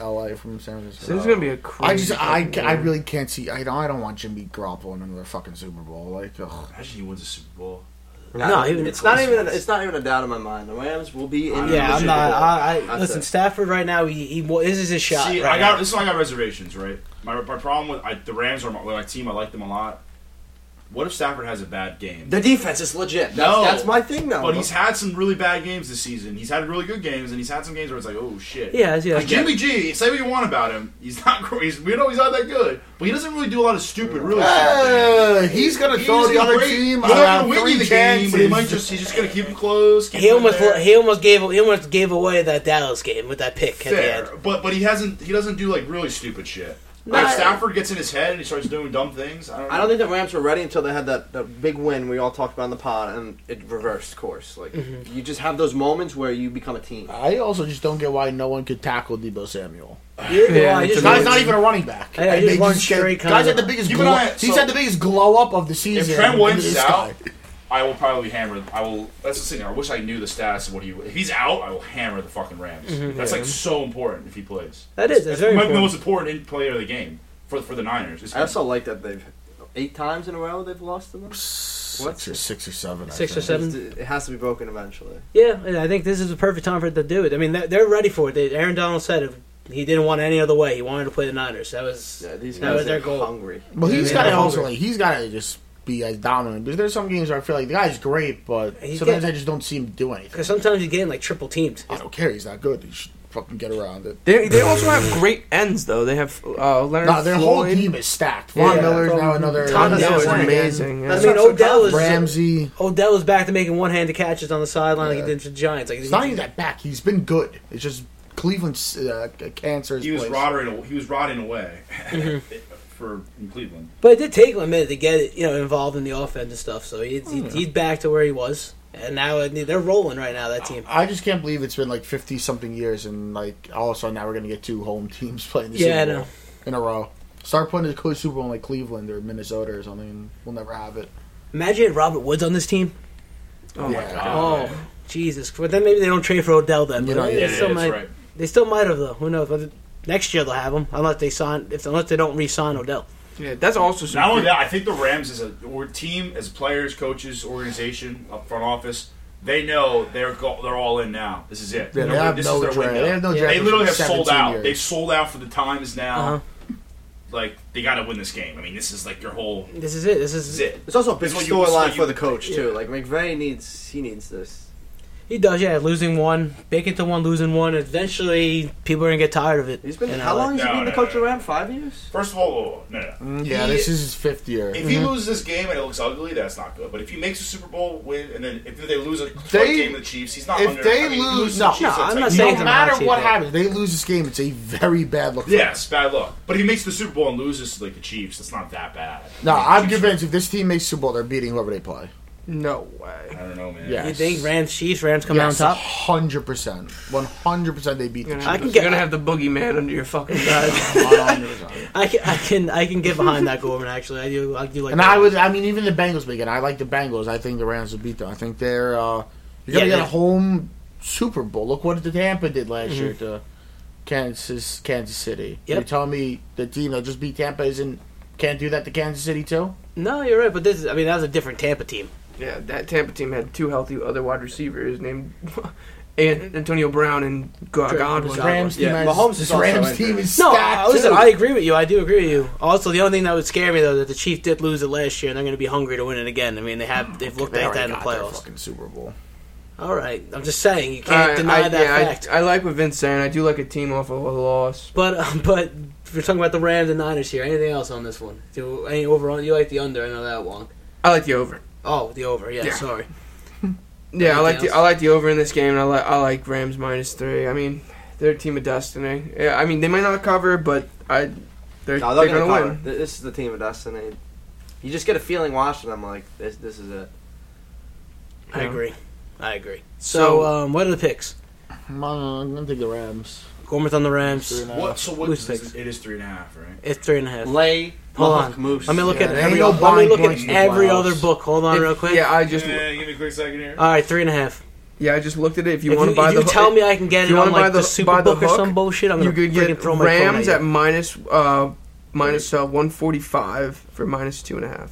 I know. LA from San so this Francisco. is gonna be a crazy. I just I, fucking I game. really can't see. I don't I don't want Jimmy Garoppolo in another fucking Super Bowl. Like ugh. Imagine he wins a Super Bowl. No, even- it's not even a, it's not even a doubt in my mind. The Rams will be in. Yeah, the I'm Super not. Bowl. I, I That's listen. it. Stafford right now. He, he wa- this is his shot. See, right I got now. this. Is why I got reservations. Right, my, my problem with I, the Rams are my, my team. I like them a lot. What if Stafford has a bad game? The defense is legit. That's, No. that's my thing now. But he's had some really bad games this season. He's had really good games, and he's had some games where it's like, oh shit. Yeah, yeah. Like Jimmy G, say what you want about him, he's not great. He's, we know he's not that good, but he doesn't really do a lot of stupid, really. stupid Uh, he's gonna things. throw He's the other great. team He's not around gonna win three you the game, chances. but he might just he's just gonna keep him close. keep He him almost there. he almost gave he almost gave away that Dallas game with that pick at the fair, end. but but he hasn't he doesn't do like really stupid shit. Like No. Stafford gets in his head and he starts doing dumb things. I don't. Know. I don't think the Rams were ready until they had that, that big win we all talked about in the pod, and it reversed course. Like Mm-hmm. you just have those moments where you become a team. I also just don't get why no one could tackle Debo Samuel. Yeah, Yeah, I it's just- The guy's not even a running back. Yeah, And he's they one get- straight guys kinda- had the biggest. Keep an Glow, eye out, he's so- had the biggest glow up of the season. If Trent and Williams is this out, guy. I will probably hammer. I will. That's the thing. I wish I knew the stats of what he. If he's out, I will hammer the fucking Rams. Mm-hmm. That's like so important if he plays. That is. That's very might be the important. most important player of the game for for the Niners. It's- I also like that they've eight times in a row they've lost to them. Six or six or seven. I Six or think. Seven. It has to be broken eventually. Yeah, and I think this is the perfect time for it to do it. I mean, they're, they're ready for it. They, Aaron Donald said if he didn't want it any other way. He wanted to play the Niners. That was Yeah, these that was guys their are goal. hungry. Well, he's Yeah, got to yeah. also like he's got to just be as dominant. Because there's some games where I feel like the guy's great, but He's sometimes good. I just don't see him do anything. Because sometimes you get like triple teamed. I don't care. He's not good. He should fucking get around it. They, they also have great ends though. They have uh, Leonard Nah, their whole Floyd. team is stacked. Von Yeah. Miller's now another. Tom another That was Yeah, one again. amazing. yeah. I mean, Odell is Ramsey. Odell is back to making one-handed catches on the sideline like he did for the Giants. Like It's not even that back. He's been good. It's just Cleveland's uh, cancer. Mm-hmm. he was rotting. He was rotting away. for in Cleveland. But it did take him a minute to get you know involved in the offense and stuff. So he, Hmm. he, he's back to where he was, and now uh, they're rolling right now. That team. I just can't believe it's been like fifty something years, and like all of a sudden now we're gonna get two home teams playing the Yeah, I Super know. Bowl in a row. Start putting the Super Bowl in like Cleveland or Minnesota or something, and we'll never have it. Imagine Robert Woods on this team. Oh my god. Oh, Jesus! But then maybe they don't trade for Odell then. You but know, they yeah, yeah, still that's might. right. They still might have though. Who knows? But next year they'll have him unless they sign if unless they don't re-sign Odell. Yeah, that's also some Not only that, I think the Rams as a or team, as players, coaches, organization, up front office, they know they're go- they're all in now. This is it. Yeah, they They're- have this no is their draft. window. They have no Yeah. draft They literally have for sold 17 out. years. They've sold out for the time is now. Uh-huh. Like they got to win this game. I mean, this is like your whole. This is it. This This is is it. It's also a big It's what you- it's storyline what for you- the coach too. Like McVay needs he needs this. He does, yeah. Losing one, baking to one, losing one. Eventually, people are gonna get tired of it. He's been You know, how long like- has he No, been the no, coach no. around? Five years. First of all, whoa, whoa, no, no. Yeah, He- this is his fifth year. Mm-hmm. If he loses this game and it looks ugly, that's not good. But if he makes a Super Bowl win, and then if they lose a tight They- game with the Chiefs, he's not. if under, they I mean, if he lose- loses to no, the Chiefs, no, that's I'm like- not you saying no it's a matter Nazi what thing. happens, they lose this game. It's a very bad look. for Yeah, them. it's bad luck. But if he makes the Super Bowl and loses to like the Chiefs, that's not that bad. No, I mean, I'm Chiefs- convinced if this team makes Super Bowl, they're beating whoever they play. No way. I don't know, man. Yeah. You think Rams, Chiefs, Rams come Yes, out on top? hundred percent, one hundred percent. They beat the You're Chiefs. gonna, I can you're get- gonna have the boogeyman under your fucking bed. 100%. I can, I can, I can get behind that Gorman. Actually, I do, I do like. and that. I would, I mean, even the Bengals weekend. I like the Bengals. I think the Rams will beat them. I think they're uh, you're gonna Yeah, get yeah. a home Super Bowl. Look what the Tampa did last year to Kansas, Kansas City. Yep. You're telling me the team that just beat Tampa isn't can't do that to Kansas City too? No, you're right, but this is. I mean, that was a different Tampa team. yeah, that Tampa team had two healthy other wide receivers named An- Antonio Brown and Go- Godwin. This Rams team, Yeah, has- Mahomes is this also Rams injured. team is No, stacked. I, listen, too. I agree with you. I do agree with you. Also, the only thing that would scare me though that the Chiefs did lose it last year, and they're going to be hungry to win it again. I mean, they have, they've looked They like that in already the got their playoffs. fucking Super Bowl. All right, I'm just saying you All can't right, deny I, that yeah, I- fact. I, like what Vince saying. I do like a team off of a loss. But um, but we're talking about the Rams and Niners here. Anything else on this one? Do any over on? You like the under? I know that one. I like the over. Oh, the over. Yeah, Yeah. sorry. Yeah, I Anything like the else? I like the over in this game. And I like I like Rams minus three. I mean, they're a team of destiny. Yeah, I mean they might not cover, but I they're, they're, No, they're gonna, gonna cover. win. Th- This is the team of destiny. You just get a feeling watching them like this. This is it. I Yeah. agree. I agree. So, So- um, what are the picks? I'm gonna I'm gonna take the Rams. Gormith on the Rams. What? So what? Who's Is this, six? it is three and a half, right? It's three and a half. Lay Hold Mohawk on. Moose. Let me look Yeah, at there ain't every. no let me blind look points at in the every playoffs. other book. Hold on, If- real quick. Yeah, I just give me a quick second here. All right, three and a half. yeah I just looked at it. If you if want you, to buy if the you hook- tell me I can get if it you on wanna buy like the, the- buy the Superbook or hook, some bullshit, I'm you gonna could freaking get throw my phone Rams at at you. minus uh minus uh one forty five for minus two and a half.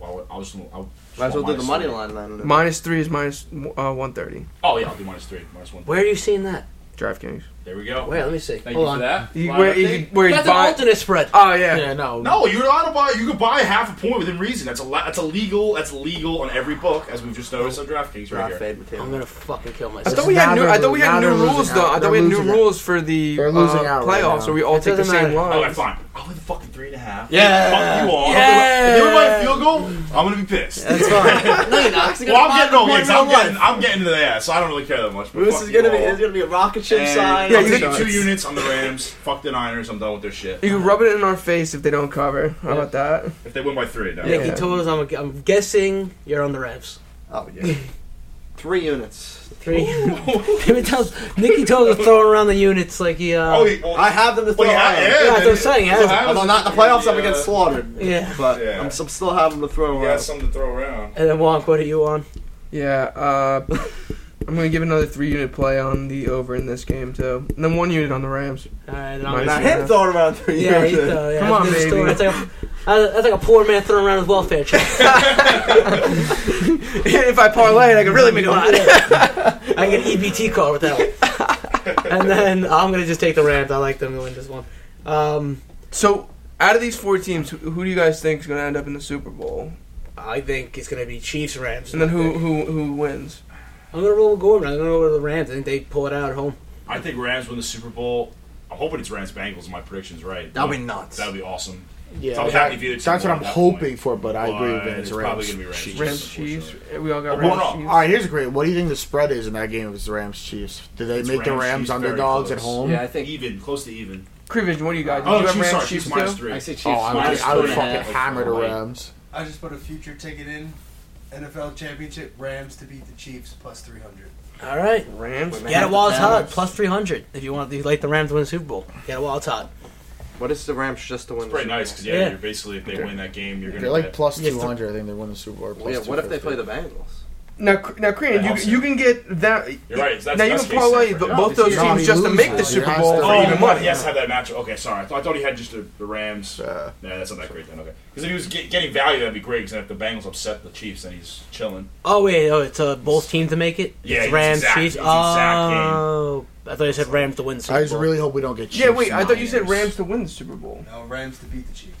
Well, I'll just. I'll just Might as well do the minus money three. line then. Minus three is minus uh one thirty. Oh yeah, I'll do minus three, minus one. Where are you seeing that? DraftKings. There we go. Wait, let me see. Thank Hold you on. for that. You- Line where- update. you- where you That's buy- an alternate spread. Oh yeah. Yeah, no, No, you're not to buy. You could buy half a point within reason. That's a lot. That's illegal. That's legal on every book, as we've just noticed on DraftKings right Draft here. fade I'm material. gonna fucking kill I myself. thought we had Now new. they're I thought we losing- now had new they're losing rules out. though. I thought They're we had new losing out. rules for the They're losing uh, out right playoffs, now. so we all It take the doesn't same matter. line. All right, fine. I'll win the fucking three and a half. Yeah. Fuck you all. Yeah. If you win field goal, I'm gonna be pissed. That's fine. no, you're not. 'cause you're well, I'm gonna getting buy over the it. 'cause I'm point in real getting. life. I'm getting to the ass. So I don't really care that much. but Moose fuck is you gonna be. all. It's gonna be a rocket ship And sign. Yeah, I'll you take think- two units on the Rams. Fuck the Niners. I'm done with their shit. You can rub it in our face if they don't cover. How about that? If they win by three, no. Nicky Yeah. totals. I'm, I'm guessing you're on the Rams. Oh yeah. Three units. Three. Every time Nicky totals throwing around the units like he. Uh, Oh, he, oh, I have them to throw. well, you have- iron. yeah, that's what then- I'm saying, that's what yeah. happens Although not in the when you- playoffs, I'm uh, gonna get slaughtered. Yeah. But Yeah. I'm s- I'm still having to throw You around. got something to throw around. And then Wonk, what are you on? Yeah. Uh, I'm gonna give another three unit play on the over in this game too, and then one unit on the Rams. All right, then Nice. I'm Now him throwing around three Yeah, he's, units. uh, yeah, Come that's on, a good baby. Story. That's, like a, that's like a poor man throwing around his welfare check. if I parlay it, I could really make a lot. I get an EBT card with that one. and then I'm gonna just take the Rams. I like them to win this one. Um, So, out of these four teams, who, who do you guys think is going to end up in the Super Bowl? I think it's gonna be Chiefs Rams. And then who who who wins? I'm gonna roll with Gorman. I'm gonna roll with the Rams. I think they pull it out at home. I think Rams win the Super Bowl. I'm hoping it's Rams Bengals. My prediction's right. That'd be nuts. That'd be awesome. Yeah, So I'm that- happy if you did that's two what at I'm that hoping point. for, but I agree with But Vince. it's Rams, probably gonna be Rams. Chiefs. Rams Chiefs. We all got Well, Rams no, Chiefs. All right, here's a great. What do you think the spread is in that game if it's the Rams Chiefs? Do they It's make the Rams, Rams Chiefs, very underdogs at close. home? Yeah, I think Even, close to even. Creed Vision, what do you got? Did Oh, you have Chiefs, Rams, sorry, Chiefs Chiefs minus too? three. I say Chiefs. Oh, I would, minus I would three and a half, fucking like, hammer the four away. Rams. I just put a future ticket in. NFL Championship Rams to beat the Chiefs plus 300. All right. Rams. Get it while it's hot, Dallas. plus 300 if you want to like the Rams to win the Super Bowl. Get it while it's hot. What is the Rams just to win? It's pretty the Super nice because yeah, Yeah. you're basically if they win that game, you're gonna They're like get- plus Yes, two hundred. I think they win the Super Bowl. or Bowl? Plus Yeah. What if they play 250. the Bengals? Now, Cre- now, Crean, you, Awesome. you can get that. You're right, 'cause that's now you best can case parlay scenario. the, both those No, teams he just to make the loses. Super He Bowl has for to- Oh, even even money. money. He has to have that match. Okay, sorry. I thought, I thought he had just the, the Rams. Uh, Nah, that's not that great then. Okay, because if he was get, getting value, that'd be great. Because if the Bengals upset the Chiefs, then he's chilling. Oh wait, oh it's uh, both teams to make it. Yeah, it's it's Rams, exact- Chiefs. it's exact game. Oh, I thought you said Rams to win the Super I just Bowl. really hope we don't get. Chiefs Yeah, wait, I thought you Niners. said Rams to win the Super Bowl. No, Rams to beat the Chiefs.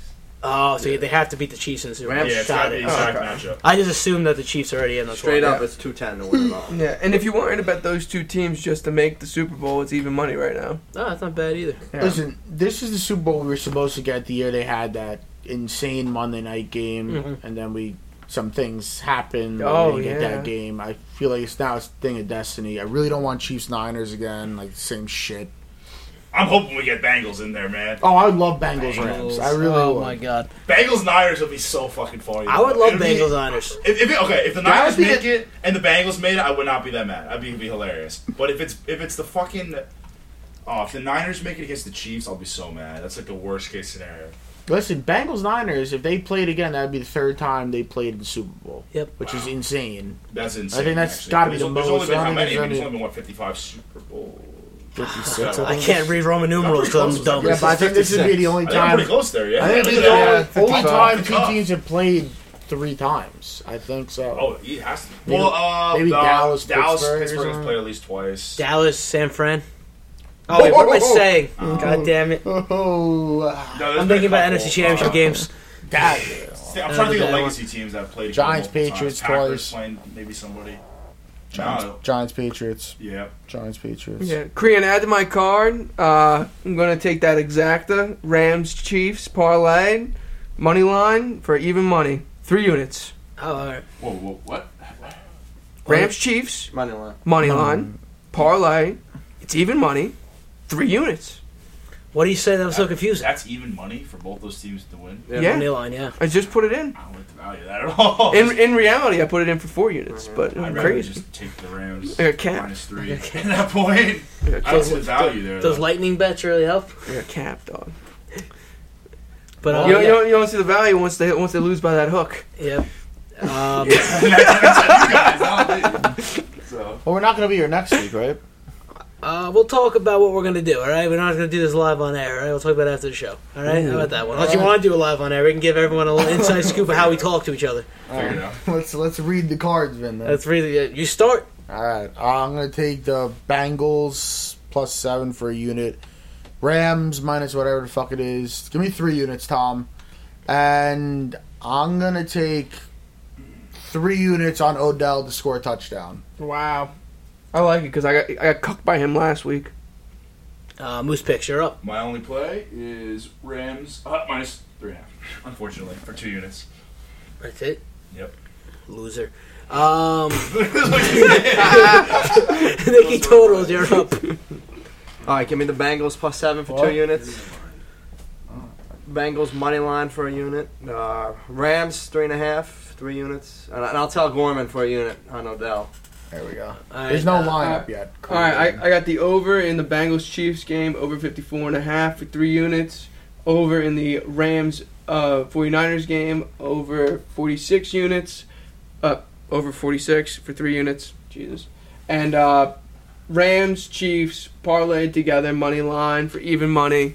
oh, so they have to beat the Chiefs in the Super Bowl. Rams yeah, it's Got not the it. exact matchup. I just assumed that the Chiefs are already in. That's Uh, Straight why. up, it's two ten to win it all. Yeah, and if you weren't to bet those two teams just to make the Super Bowl, it's even money right now. No, that's not bad either. Listen, this is the Super Bowl we were supposed to get the year they had that insane Monday night game, Mhm. Mm-hmm. and then we some things happened. Oh, we didn't get yeah. that game. I feel like it's now it's a thing of destiny. I really don't want Chiefs Niners again. Like same shit. I'm hoping we get Bengals in there, man. Oh, I would love Bengals, Rams. I really Oh would. my god, Bengals Niners would be so fucking funny. I would love It'd be- Bengals Niners. If, if it- okay, if the That Niners would be make the- it and the Bengals made it, I would not be that mad. I'd be, it'd be hilarious. But if it's if it's the fucking oh, if the Niners make it against the Chiefs, I'll be so mad. That's like the worst case scenario. Listen, Bengals Niners. If they played again, that'd be the third time they played in the Super Bowl. Yep. which is insane. That's insane. think that's actually. gotta be There's- the There's most. only been I how don't many? think There's there's only been what 55 Super Bowls. Fifty six. Oh, I can't read Roman numerals, so I'm dumb. Yeah, but I think this would be the only I think I'm time. pretty close there. Yeah. I think it'd be Look the at that. only, only time two Tough. teams have played three times. I think so. Oh, he has to. Maybe- well, uh, maybe no, Dallas, Dallas, Dallas, Pittsburgh or Pittsburgh, has something. played at least twice. Dallas, San Fran. Oh, wait, what am I saying? God damn it! Oh, uh, No, there's I'm been a thinking about couple. NFC Championship Uh, games. that. I'm trying to think That of one. legacy teams that have played. against Giants, multiple times. Patriots Packers twice. playing maybe somebody. Giants, No. Giants, Patriots, Yeah. Giants, Patriots. Yeah, Korean, add to my card. Uh, I'm gonna take that exacta Rams Chiefs parlay money line for even money. Three units. Oh, all right. Whoa, whoa, what? Rams Chiefs Money line. money line parlay. It's even money. Three units. What do you say that was so confusing? That's even money for both those teams to win. Yeah. Money line, yeah. I just put it in. I don't like the value of that at all. In in reality, I put it in for four units, but I'd I'm rather crazy. just take the Rams I got cap. minus three at that point. I don't see the value there. Those though. lightning bets really help. I got cap, dog. But uh, you, don't, yeah. you, don't, you don't see the value once they once they lose by that hook. Yep. Um, so, Well, we're not going to be here next week, right? Uh, we'll talk about what we're gonna do. All right, we're not gonna do this live on air. All right, we'll talk about it after the show. All right, how about that one? Unless you want to do it live on air, we can give everyone a little inside scoop of how we talk to each other. figure it out. let's let's read the cards, Vin. Then. That's really uh, you start. All right, uh, I'm going to take the Bengals plus seven for a unit, Rams minus whatever the fuck it is. Give me three units, Tom, and I'm going to take three units on Odell to score a touchdown. Wow. I like it because I got I got cooked by him last week. Uh, Moose picks, you're up. My only play is Rams uh, minus three and a half. Unfortunately, for two units. That's it. Yep. Loser. Um, That's Nikki totals, you're up. All right, give me the Bengals plus seven for two units. Bengals money line for a unit. Uh, Rams three and a half, three units, and, I- and I'll tell Gorman for a unit on Odell. There we go. All right, There's no uh, lineup yet. All right, I, I got the over in the Bengals Chiefs game, over 54 and a half for three units. Over in the Rams uh, 49ers game, over 46 units. Uh, over 46 for three units. Jesus. And uh, Rams Chiefs parlayed together, money line for even money,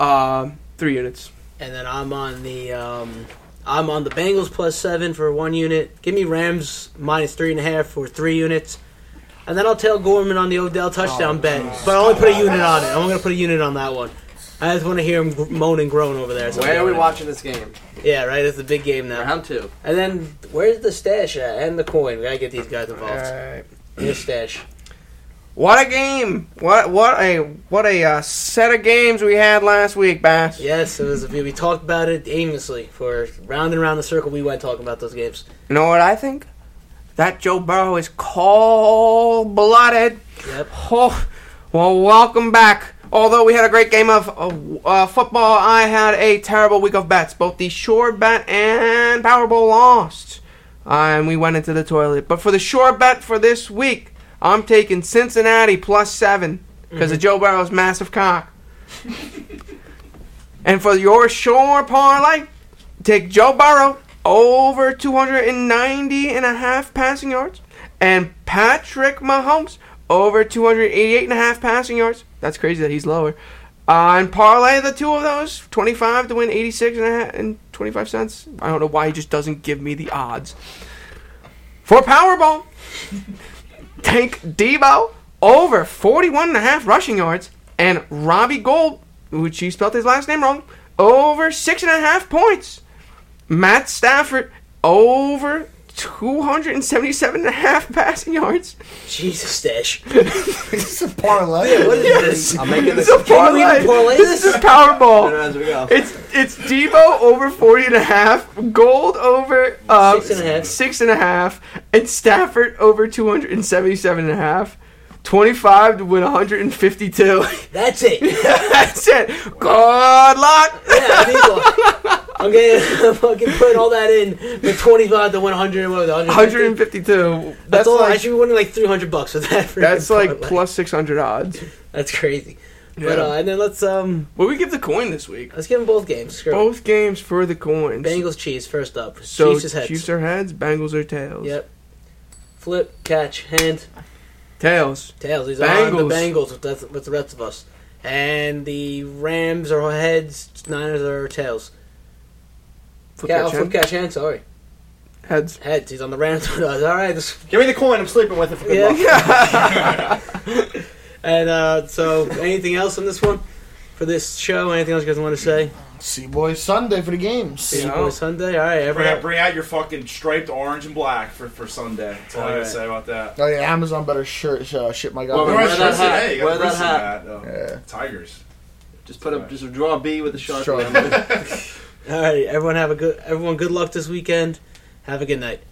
uh, three units. And then I'm on the um, I'm on the Bengals plus seven for one unit. Give me Rams minus three and a half for three units. And then I'll tell Gorman on the Odell Oh, touchdown bet, but I only put a unit on it. I'm going to put a unit on that one. I just want to hear him gr- moan and groan over there. so I'm Where are we doing it. watching this game? Yeah, right. It's a big game now. Round two. And then where's the stash at and the coin? We gotta get these guys involved. Here's stash. What a game! What what a what a uh, set of games we had last week, Bass. Yes, it was. We talked about it aimlessly for round and round the circle. We went talking about those games. You know what I think? That Joe Burrow is cold blooded. Yep. Oh, well, welcome back, Although we had a great game of uh, uh, football, I had a terrible week of bets. Both the Shore bet and Powerball lost. Uh, and we went into the toilet. But for the Shore bet for this week, I'm taking Cincinnati plus seven because of Joe Burrow's massive cock. and for your Shore parlay, take Joe Burrow over 290 and a half passing yards and Patrick Mahomes over 288 and a half passing yards. That's crazy that he's lower. Uh, and parlay the two of those, 25 to win 86 and, a half, and 25 cents. I don't know why he just doesn't give me the odds. For Powerball, take Debo over 41 and a half rushing yards and Robbie Gold, which he spelled his last name wrong, over six and a half points. Matt Stafford over 277 and a half passing yards. Jesus, Dash. It's a parlay. What is this? I'm making This is this a Can you parlay. even parlay This is this? Powerball. as we go. It's it's Debo over 40 and a half, Gold over uh, Six and a half. six and a half, and Stafford over 277 and a half. 25 to win 152. That's it. Yeah, That's it. Good luck. I need one. I'm gonna I'm fucking put all that in the 25 to 100 and what was it, 150? 152. That's, That's all. I like should be winning like 300 bucks for that. For that's that like parlay. plus 600 odds. That's crazy. But Yeah. uh, and then let's um What we give the coin this week? let's give them both games. Screw it. Both games for the coins. Bengals cheese first up. So Chiefs is heads. Chiefs are heads, Bengals are tails. Yep. Flip, catch, hand, Tails. tails. These are on the Bengals. Bengals with the, with the rest of us. And the Rams are heads, Niners are tails. Flip yeah, that oh, chin. flip, catch, hand, sorry. Heads. Heads. He's on the Rams with us. All right. This, Give me the coin. I'm sleeping with it for good Yeah. luck. and uh, so, anything else on this one? For this show? Anything else you guys want to say? See, boys, Sunday for the games. Big Boy Sunday? All right. Bring out, Everyone. bring out your fucking striped orange and black for, for Sunday. That's all I gotta Alright. say about that. Oh yeah, Amazon better shirt uh, shit my guy. Well, Wear wear that that hat. hat. You gotta Wear that bring some hat. hat, though. Yeah. Tigers. Just put up, just draw a B with a shark. Shark. on it. All right. Everyone have a good. Everyone, good luck this weekend. Have a good night.